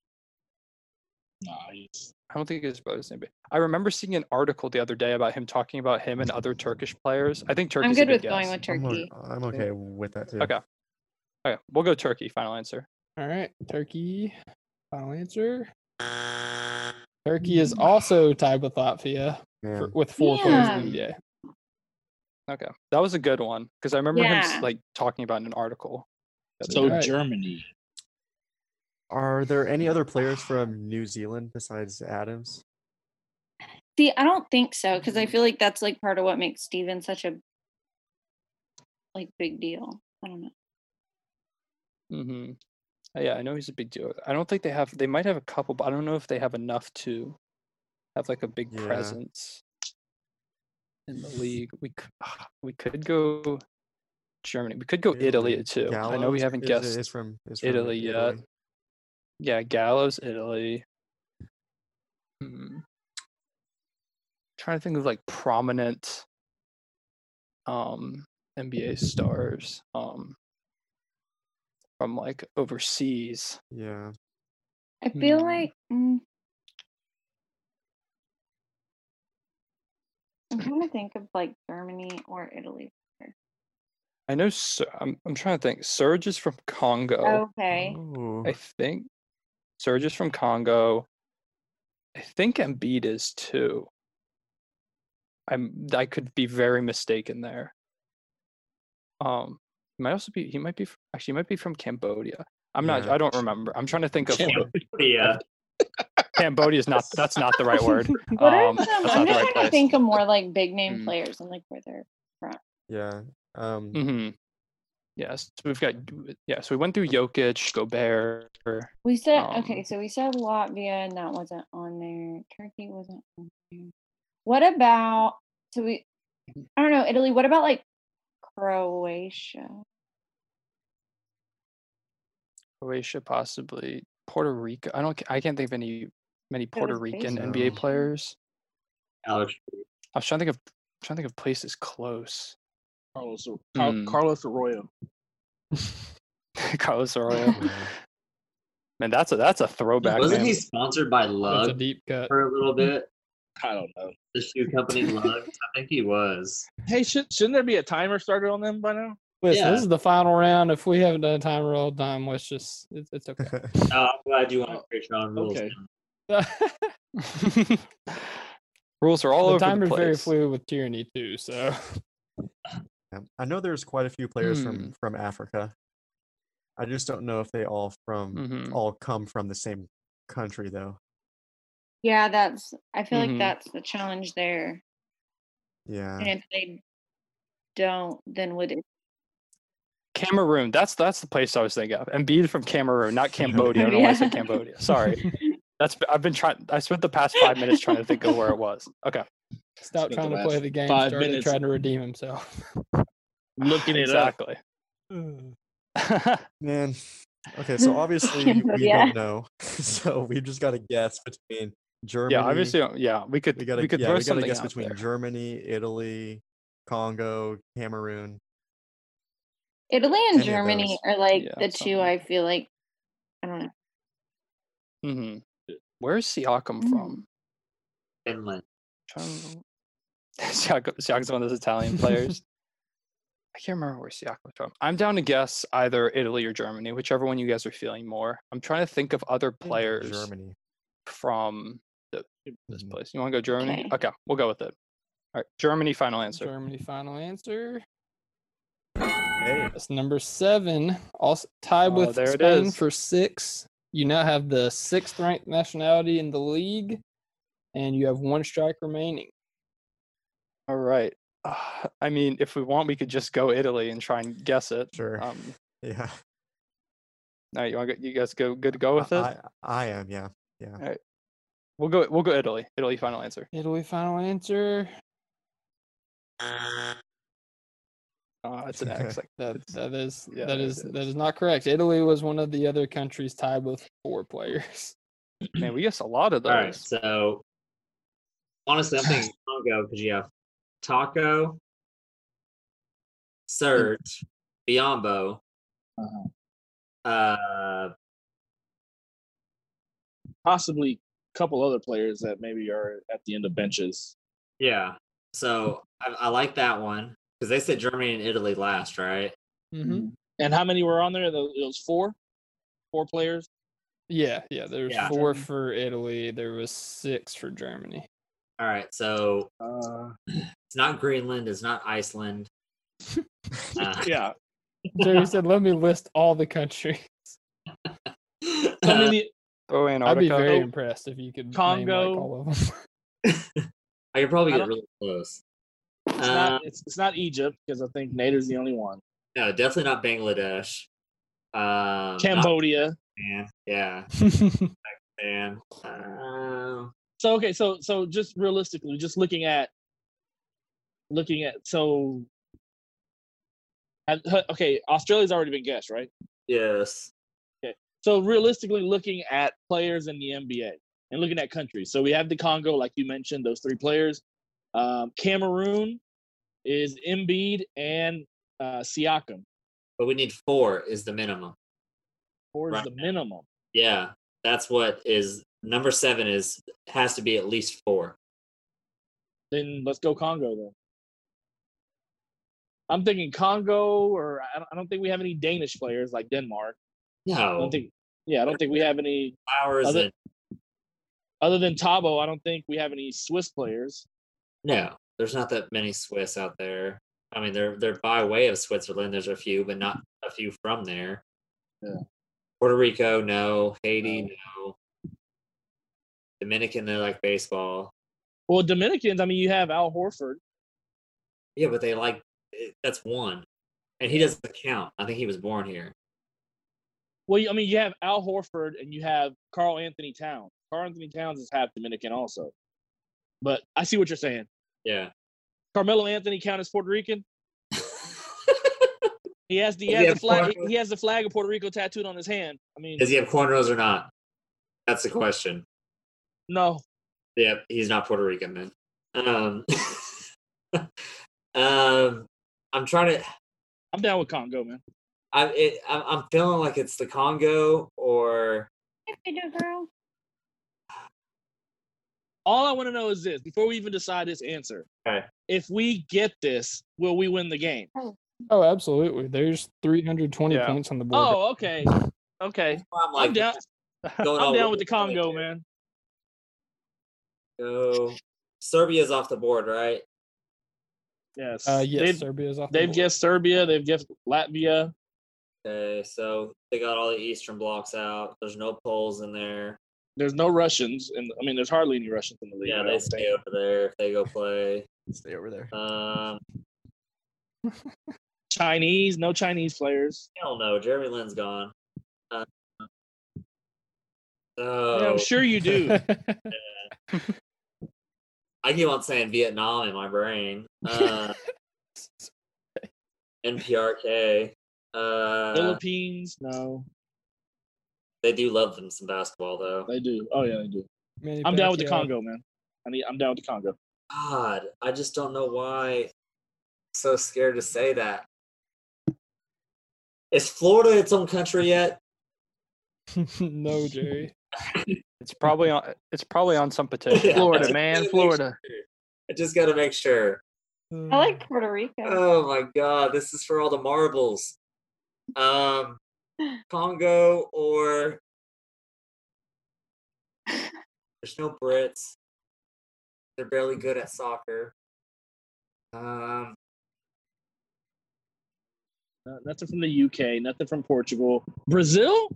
Speaker 3: Nice.
Speaker 8: I don't think his brother's name. but I remember seeing an article the other day about him talking about him and other Turkish players. I think Turkey's
Speaker 5: I'm good
Speaker 8: a
Speaker 5: with
Speaker 8: good guess.
Speaker 5: going with
Speaker 6: I'm, o-
Speaker 5: Turkey.
Speaker 6: I'm okay with that too.
Speaker 8: Okay. Okay, we'll go Turkey. Final answer.
Speaker 2: All right, Turkey. Final answer. Turkey
Speaker 8: Mm.
Speaker 2: is also tied with Latvia
Speaker 6: Man.
Speaker 2: for, with four players
Speaker 5: Yeah.
Speaker 2: in the NBA.
Speaker 8: Okay, that was a good one because I remember him
Speaker 5: Yeah.
Speaker 8: s- like talking about it in an article. the other
Speaker 3: So
Speaker 8: day.
Speaker 2: Right.
Speaker 3: Germany.
Speaker 6: Are there any other players from New Zealand besides Adams?
Speaker 5: See, I don't think so because I
Speaker 8: Mm-hmm.
Speaker 5: feel like that's like part of what makes Steven such a like big deal. I don't know.
Speaker 8: Mhm. Uh, yeah, I know he's a big deal. I don't think they have. They might have a couple, but I don't know if they have enough to have like a big
Speaker 6: Yeah.
Speaker 8: presence in the league. We c- ah, we could go Germany. We could go Oh, Italy too. I know we
Speaker 6: Gallows
Speaker 8: haven't
Speaker 6: is-
Speaker 8: guessed.
Speaker 6: Is from, is from
Speaker 8: Italy yet. Yeah, Gallows, Italy. Hmm. Trying to think of like prominent um NBA stars um from like overseas.
Speaker 6: Yeah.
Speaker 5: I feel
Speaker 8: Hmm.
Speaker 5: like mm, I'm trying to think of like Germany or Italy.
Speaker 8: I know Ser- I'm I'm trying to think. Serge is from Congo.
Speaker 5: Okay.
Speaker 6: Ooh.
Speaker 8: I think Serge is from Congo. I think Embiid is too. I'm I could be very mistaken there. Um he might also be he might be f- actually he might be from Cambodia. I'm not
Speaker 6: Yeah.
Speaker 8: I don't remember. I'm trying to think of
Speaker 4: Yeah.
Speaker 8: Cambodia is not that's not the right word.
Speaker 5: What are
Speaker 8: Um,
Speaker 5: some?
Speaker 8: that's
Speaker 5: I'm just
Speaker 8: not the
Speaker 5: trying
Speaker 8: right
Speaker 5: to
Speaker 8: place.
Speaker 5: think of more like big name
Speaker 8: Mm.
Speaker 5: players and like where they're.
Speaker 6: Yeah. Um,
Speaker 8: Mhm. Yes, we've got yeah, so we went through Jokic, Gobert.
Speaker 5: We said
Speaker 8: Um,
Speaker 5: okay, so we said Latvia, and that wasn't on there. Turkey wasn't on there. What about? So we, I don't know, Italy. What about like Croatia?
Speaker 8: Croatia, possibly Puerto Rico. I don't. I can't think of any many Puerto
Speaker 5: was
Speaker 3: Mm-hmm.
Speaker 8: Rican
Speaker 6: Brazil.
Speaker 8: NBA players.
Speaker 4: Alex.
Speaker 8: I was trying to think of trying to think of places close.
Speaker 3: Carlos, Car-
Speaker 2: Hmm.
Speaker 8: Mm.
Speaker 3: Carlos Arroyo.
Speaker 8: Carlos Arroyo.
Speaker 3: Mm-hmm.
Speaker 8: man, that's a that's a throwback.
Speaker 4: Wasn't
Speaker 8: man.
Speaker 4: he sponsored by
Speaker 2: That's a
Speaker 4: Lug
Speaker 2: deep cut.
Speaker 4: for a little bit?
Speaker 3: I don't know.
Speaker 4: The shoe company Lug. I think he was.
Speaker 3: Hey, should, shouldn't there be a timer started on them by now?
Speaker 2: Listen,
Speaker 4: Yeah.
Speaker 2: this is the final round. If we haven't done a timer all the time, let's just it's, it's okay.
Speaker 4: Oh, I'm glad you want to create your own rules.
Speaker 3: okay.
Speaker 4: now.
Speaker 8: Rules are all
Speaker 2: the
Speaker 8: over
Speaker 2: timer's
Speaker 8: the
Speaker 2: very
Speaker 8: place.
Speaker 2: fluid with tyranny too, so
Speaker 6: Yeah. I know there's quite a few players
Speaker 8: Hmm.
Speaker 6: from from Africa. I just don't know if they all from
Speaker 8: Mhm.
Speaker 6: all come from the same country though.
Speaker 5: Yeah, that's. I feel
Speaker 8: Mhm.
Speaker 5: like that's the challenge there. And
Speaker 6: Yeah.
Speaker 5: if they don't, Oh, then would it?
Speaker 8: Cameroon. That's that's the place I was thinking of. Embiid from Cameroon, not Cambodia. I don't know why I said
Speaker 5: Yeah.
Speaker 8: Cambodia. Sorry. That's I've been trying. I spent the past five minutes trying to think of where it was. Okay.
Speaker 2: stop
Speaker 3: Spent the
Speaker 2: trying to
Speaker 3: last
Speaker 2: play the game.
Speaker 3: five
Speaker 2: started
Speaker 3: minutes-
Speaker 2: trying to redeem himself.
Speaker 3: Looking it up.
Speaker 8: exactly.
Speaker 6: Mm. Man. Okay, so obviously we
Speaker 5: Yeah.
Speaker 6: don't know. so we've just got to guess between Germany.
Speaker 8: yeah. Obviously. um, Yeah. We could.
Speaker 6: we
Speaker 8: We,
Speaker 6: got to
Speaker 8: could
Speaker 6: yeah, we
Speaker 8: throw
Speaker 6: got to
Speaker 8: something
Speaker 6: guess
Speaker 8: out
Speaker 6: between
Speaker 8: there.
Speaker 6: Germany, Italy, Congo, Cameroon.
Speaker 5: Italy and
Speaker 6: Any of
Speaker 5: Germany are like
Speaker 8: Yeah,
Speaker 5: the two
Speaker 8: something.
Speaker 5: I feel like. I don't know.
Speaker 8: Mhm. Where's Siakam
Speaker 5: Mm.
Speaker 8: from?
Speaker 4: Finland.
Speaker 8: Trying to... Siakam, Siakam's one of those Italian players. I can't remember where Siakam's from. I'm down to guess either Italy or Germany, whichever one you guys are feeling more. I'm trying to think of other players
Speaker 6: Germany.
Speaker 8: from the, this
Speaker 6: Mhm.
Speaker 8: place. You want to go Germany?
Speaker 5: Okay.
Speaker 8: Okay. we'll go with it. All right, Germany. Final answer.
Speaker 2: Germany final answer.
Speaker 6: Hey,
Speaker 2: That's number seven. Also tied
Speaker 8: Oh,
Speaker 2: with
Speaker 8: there it
Speaker 2: Spain
Speaker 8: is.
Speaker 2: for six. You now have the sixth ranked nationality in the league, and you have one strike remaining.
Speaker 8: All right. Ah, I mean, if we want, we could just go Italy and try and guess it.
Speaker 6: sure.
Speaker 8: Um,
Speaker 6: yeah.
Speaker 8: all right, you want you guys go good to go
Speaker 6: I-
Speaker 8: with it?
Speaker 6: I, I am, yeah.
Speaker 8: we'll go. We'll go Italy. Italy. Final answer.
Speaker 2: Italy final answer.
Speaker 8: Oh, it's an X. Like
Speaker 2: That that is
Speaker 8: yeah,
Speaker 2: that
Speaker 8: it
Speaker 2: is that
Speaker 8: is.
Speaker 2: is not correct. Italy was one of the other countries tied with four players.
Speaker 8: man, we guessed a lot of those.
Speaker 4: All right. So honestly, I'm thinking Congo because you have Taco, Serge, Biombo, uh,
Speaker 3: Possibly a couple other players that maybe are at the end of benches.
Speaker 4: Yeah. So I, I like that one because they said Germany and Italy last, right?
Speaker 8: Mm-hmm.
Speaker 2: Mhm.
Speaker 3: And how many were on there? Tho- Those four, four players.
Speaker 2: Yeah, yeah. There was
Speaker 4: Yeah.
Speaker 2: four
Speaker 3: Germany.
Speaker 2: for Italy. There was six for Germany.
Speaker 4: All right. So
Speaker 3: Uh,
Speaker 4: it's not Greenland. It's not Iceland. Uh,
Speaker 3: yeah.
Speaker 2: Jerry said, "Let me list all the countries."
Speaker 3: So
Speaker 4: Uh,
Speaker 3: many.
Speaker 8: Throw
Speaker 2: I'd be
Speaker 8: Antarctica.
Speaker 2: very
Speaker 3: Oh,
Speaker 2: impressed if you could name
Speaker 3: Congo.
Speaker 2: like all of them.
Speaker 4: I could probably
Speaker 3: I
Speaker 4: get
Speaker 3: don't-
Speaker 4: really close.
Speaker 3: It's
Speaker 4: Uh,
Speaker 3: not. It's, it's not Egypt because I think Nader's the only one.
Speaker 4: no, definitely not Bangladesh. Um, not
Speaker 3: Cambodia.
Speaker 4: Japan. Yeah, man. Um,
Speaker 3: So okay. So so just realistically, just looking at, looking at. So. and- huh, Okay, Australia's already been guessed, right?
Speaker 4: yes.
Speaker 3: So realistically, looking at players in the NBA and looking at countries. So we have the Congo, like you mentioned, those three players. Um, Cameroon is Embiid and uh, Siakam.
Speaker 4: But we need four is the minimum.
Speaker 3: Four is
Speaker 4: Right.
Speaker 3: the minimum.
Speaker 4: Yeah, that's what is number seven is has to be at least four.
Speaker 3: Then let's go Congo then. I'm thinking Congo, or I don't, I don't think we have any Danish players like Denmark. I
Speaker 4: No,
Speaker 3: don't think. Yeah, I don't think we have any
Speaker 4: flowers
Speaker 3: other-
Speaker 4: and
Speaker 3: other than Tabo. I don't think we have any Swiss players.
Speaker 4: No, there's not that many Swiss out there. I mean, they're they're by way of Switzerland. There's a few, but not a few from there.
Speaker 3: Yeah.
Speaker 4: Puerto Rico, no. Haiti, no. Dominican, they like baseball.
Speaker 3: Well, Dominicans. I mean, you have Al Horford.
Speaker 4: Yeah, but they like eh, that's one, and he doesn't count. I think he was born here.
Speaker 3: Well, you- I mean, you have Al Horford and you have Carl Anthony Towns. Carl Anthony Towns is half Dominican also. But I see what you're saying.
Speaker 4: Yeah,
Speaker 3: Carmelo Anthony count as Puerto Rican. He has the he
Speaker 4: Does
Speaker 3: has the
Speaker 4: he have
Speaker 3: flag
Speaker 4: cornrows?
Speaker 3: he has the flag of Puerto Rico tattooed on his hand. I mean,
Speaker 4: does he have cornrows or not? That's the question.
Speaker 3: no.
Speaker 4: Yep, he's not Puerto Rican, man. Um, um, I'm trying to.
Speaker 3: I'm down with Congo, man.
Speaker 4: I, it, I, I'm feeling like it's the Congo or
Speaker 5: If we do, girl.
Speaker 3: All I want to know is this: before we even decide this answer,
Speaker 4: Okay.
Speaker 3: if we get this, will we win the game?
Speaker 2: Oh, absolutely. There's 320
Speaker 8: Yeah.
Speaker 2: points on the board.
Speaker 3: Oh, okay, okay.
Speaker 4: I'm like
Speaker 3: I'm down.
Speaker 4: going all
Speaker 3: I'm down
Speaker 4: over
Speaker 3: with the
Speaker 4: place
Speaker 3: Congo,
Speaker 4: here.
Speaker 3: man.
Speaker 4: So Serbia's off the board, right?
Speaker 3: Yes.
Speaker 2: Uh, yes,
Speaker 3: They've,
Speaker 2: Serbia's off. the
Speaker 3: they've
Speaker 2: board.
Speaker 3: guessed Serbia. They've guessed Latvia.
Speaker 4: Okay, so they got all the Eastern blocks out. There's no poles in there.
Speaker 3: There's no Russians, and I mean, there's hardly any Russians in the league.
Speaker 4: Yeah,
Speaker 3: I
Speaker 4: they
Speaker 3: don't
Speaker 4: stay
Speaker 3: think.
Speaker 4: over there if they go play.
Speaker 6: Stay over there.
Speaker 4: Um,
Speaker 3: Chinese, no Chinese players.
Speaker 4: hell no, Jeremy Lin's gone. Uh,
Speaker 3: Yeah,
Speaker 4: oh,
Speaker 3: I'm sure you do.
Speaker 4: I keep on saying Vietnam in my brain. Uh, NPRK. Uh,
Speaker 3: Philippines, no,
Speaker 4: they do love them some basketball though.
Speaker 3: they do. Oh yeah, they do.
Speaker 2: Manny
Speaker 3: I'm down with the
Speaker 2: Pacquiao.
Speaker 3: Congo, man. I need. I'm down with the Congo.
Speaker 4: God, I just don't know why I'm so scared to say that. Is Florida its own country yet?
Speaker 2: no, Jerry.
Speaker 8: It's probably on. It's probably on some petition.
Speaker 4: Yeah.
Speaker 8: Florida, man,
Speaker 4: Make
Speaker 8: Florida.
Speaker 4: sure. I just got to make sure.
Speaker 5: I like Puerto Rico.
Speaker 4: Oh my God, this is for all the marbles. Um, Congo or there's no Brits. They're barely good at soccer. Um,
Speaker 3: No- nothing from the UK. Nothing from Portugal. Brazil.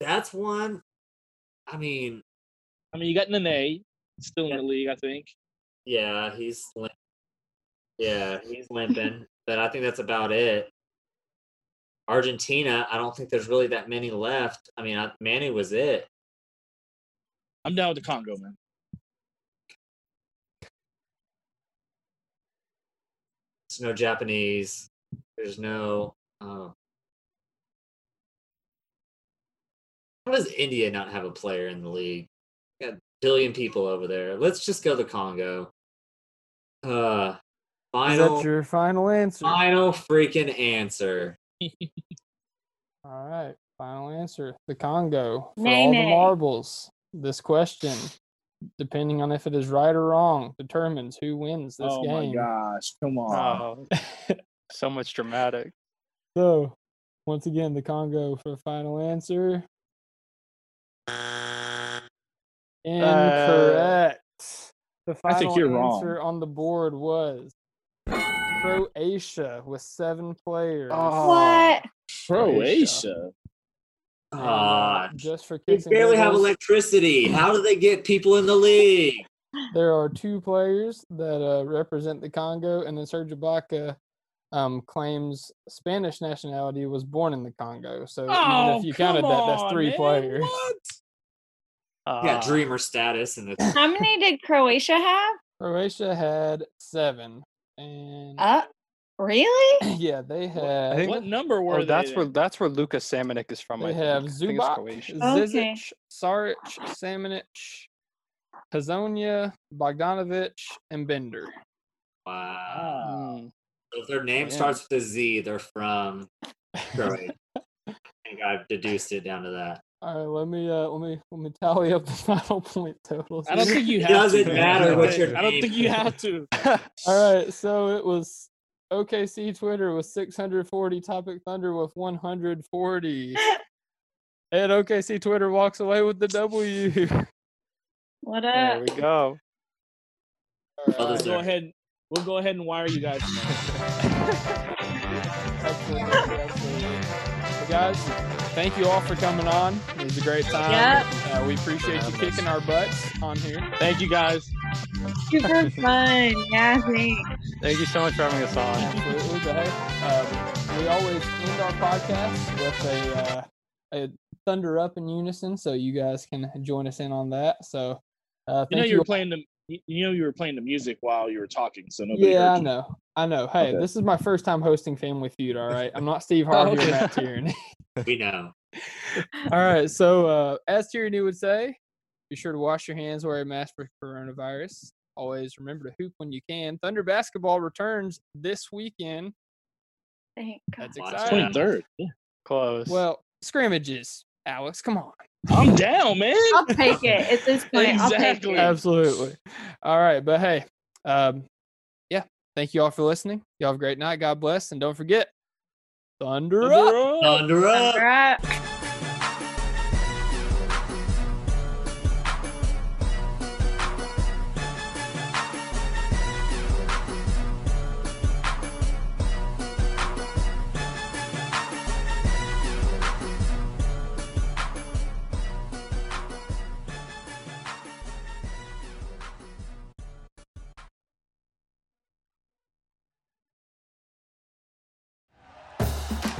Speaker 4: that's one. I mean,
Speaker 3: I mean, you got Nene still in the league, I think.
Speaker 4: Yeah, he's limp. Yeah, he's limping, but I think that's about it. Argentina, I don't think there's really that many left. I mean, I, Manny was it.
Speaker 3: I'm down with the Congo, man.
Speaker 4: There's no Japanese. There's no. Um, how does India not have a player in the league? Got a billion people over there. Let's just go to Congo. Uh,
Speaker 2: Is that
Speaker 4: final,
Speaker 2: your final answer?
Speaker 4: final freaking answer.
Speaker 2: All right, final answer. The Congo for
Speaker 5: Nay,
Speaker 2: all the
Speaker 5: nay.
Speaker 2: marbles. This question, depending on if it is right or wrong, determines who wins this
Speaker 3: oh
Speaker 2: game.
Speaker 3: my gosh! Come
Speaker 2: Ah,
Speaker 3: on.
Speaker 8: Oh, so much dramatic.
Speaker 2: So, once again, the Congo for final answer. Incorrect. the final
Speaker 3: I think you're wrong.
Speaker 2: answer on the board was Croatia with seven players.
Speaker 3: Oh,
Speaker 5: What?
Speaker 3: Croatia.
Speaker 2: And, uh,
Speaker 4: Ah,
Speaker 2: just for
Speaker 4: We
Speaker 2: kicks and
Speaker 4: barely have
Speaker 2: giggles,
Speaker 4: electricity. How do they get people in the league?
Speaker 2: There are two players that uh, represent the Congo, and then Serge Ibaka um, claims Spanish nationality was born in the Congo. So even
Speaker 3: Oh,
Speaker 2: if you counted that, that's three players.
Speaker 8: Uh,
Speaker 3: Ah.
Speaker 4: yeah, dreamer status in the
Speaker 5: How many did Croatia have?
Speaker 2: Croatia had seven, and
Speaker 5: Uh, really?
Speaker 2: yeah, they
Speaker 8: Oh. Well,
Speaker 2: had.
Speaker 8: I think-
Speaker 3: What number were
Speaker 8: Oh,
Speaker 3: they?
Speaker 8: that's where
Speaker 3: then?
Speaker 8: that's where Lucas Samanik is from.
Speaker 2: They
Speaker 8: I
Speaker 2: have
Speaker 8: think. I think it's
Speaker 2: Zubac,
Speaker 8: Croatia.
Speaker 5: Okay.
Speaker 2: Zizic, Saric, Samanic, Hazonia, Bogdanovic, and Bender.
Speaker 4: wow.
Speaker 3: Ah,
Speaker 2: Hmm.
Speaker 8: Mm.
Speaker 4: If their name
Speaker 8: Yeah.
Speaker 4: starts with a Z, they're from Croatia. I think I've deduced it down to that.
Speaker 2: All right, let me uh, let me let me tally up the final point totals.
Speaker 3: I don't
Speaker 2: here.
Speaker 3: think you
Speaker 4: It
Speaker 3: have
Speaker 4: doesn't
Speaker 3: to.
Speaker 4: matter
Speaker 6: what
Speaker 3: I
Speaker 4: your
Speaker 3: I don't
Speaker 4: name
Speaker 3: think you have to.
Speaker 2: All right, so it was OKC Twitter with 640, Topic Thunder with 140, and OKC Twitter walks away with the W.
Speaker 5: What
Speaker 8: There
Speaker 5: up?
Speaker 8: we go.
Speaker 4: Well
Speaker 3: We'll go
Speaker 4: deserved.
Speaker 3: ahead. We'll go ahead and wire you guys. tomorrow.
Speaker 2: Absolutely, absolutely. Well, guys, thank you all for coming on. It was a great time.
Speaker 5: Yep.
Speaker 2: Uh, we appreciate you kicking our butts on here.
Speaker 3: Thank you guys.
Speaker 5: Super fun. Yeah, thanks.
Speaker 8: Thank you so much for having us on.
Speaker 2: Absolutely, but hey, um, we always end our podcast with a, uh, a thunder up in unison, so you guys can join us in on that. So, uh, thank
Speaker 3: You know you were playing the. you- You know you were playing the music while you were talking, so
Speaker 2: yeah,
Speaker 3: nobody. heard
Speaker 2: I
Speaker 3: you.
Speaker 2: know. I know. Hey,
Speaker 3: Okay. Oh,
Speaker 2: this is my first time hosting Family Feud. All right, I'm not Steve Harvey
Speaker 3: okay.
Speaker 2: or Matt Tierney.
Speaker 4: We know.
Speaker 2: all right, so uh, as Tierney would say, be sure to wash your hands, wear a mask for coronavirus, Always remember to hoop when you can. Thunder basketball returns this weekend.
Speaker 5: Thank God.
Speaker 2: That's
Speaker 4: Watch
Speaker 2: exciting.
Speaker 3: Twenty third.
Speaker 8: Close.
Speaker 2: Well, scrimmages, Alex. Come on.
Speaker 3: I'm down, man.
Speaker 5: I'll take it at this point.
Speaker 3: Exactly.
Speaker 5: I'll take it.
Speaker 2: Absolutely. All right. But hey, um, yeah. Thank you all for listening. Y'all have a great night. God bless. And don't forget, Thunder, up.
Speaker 4: Thunder up.
Speaker 5: Thunder up.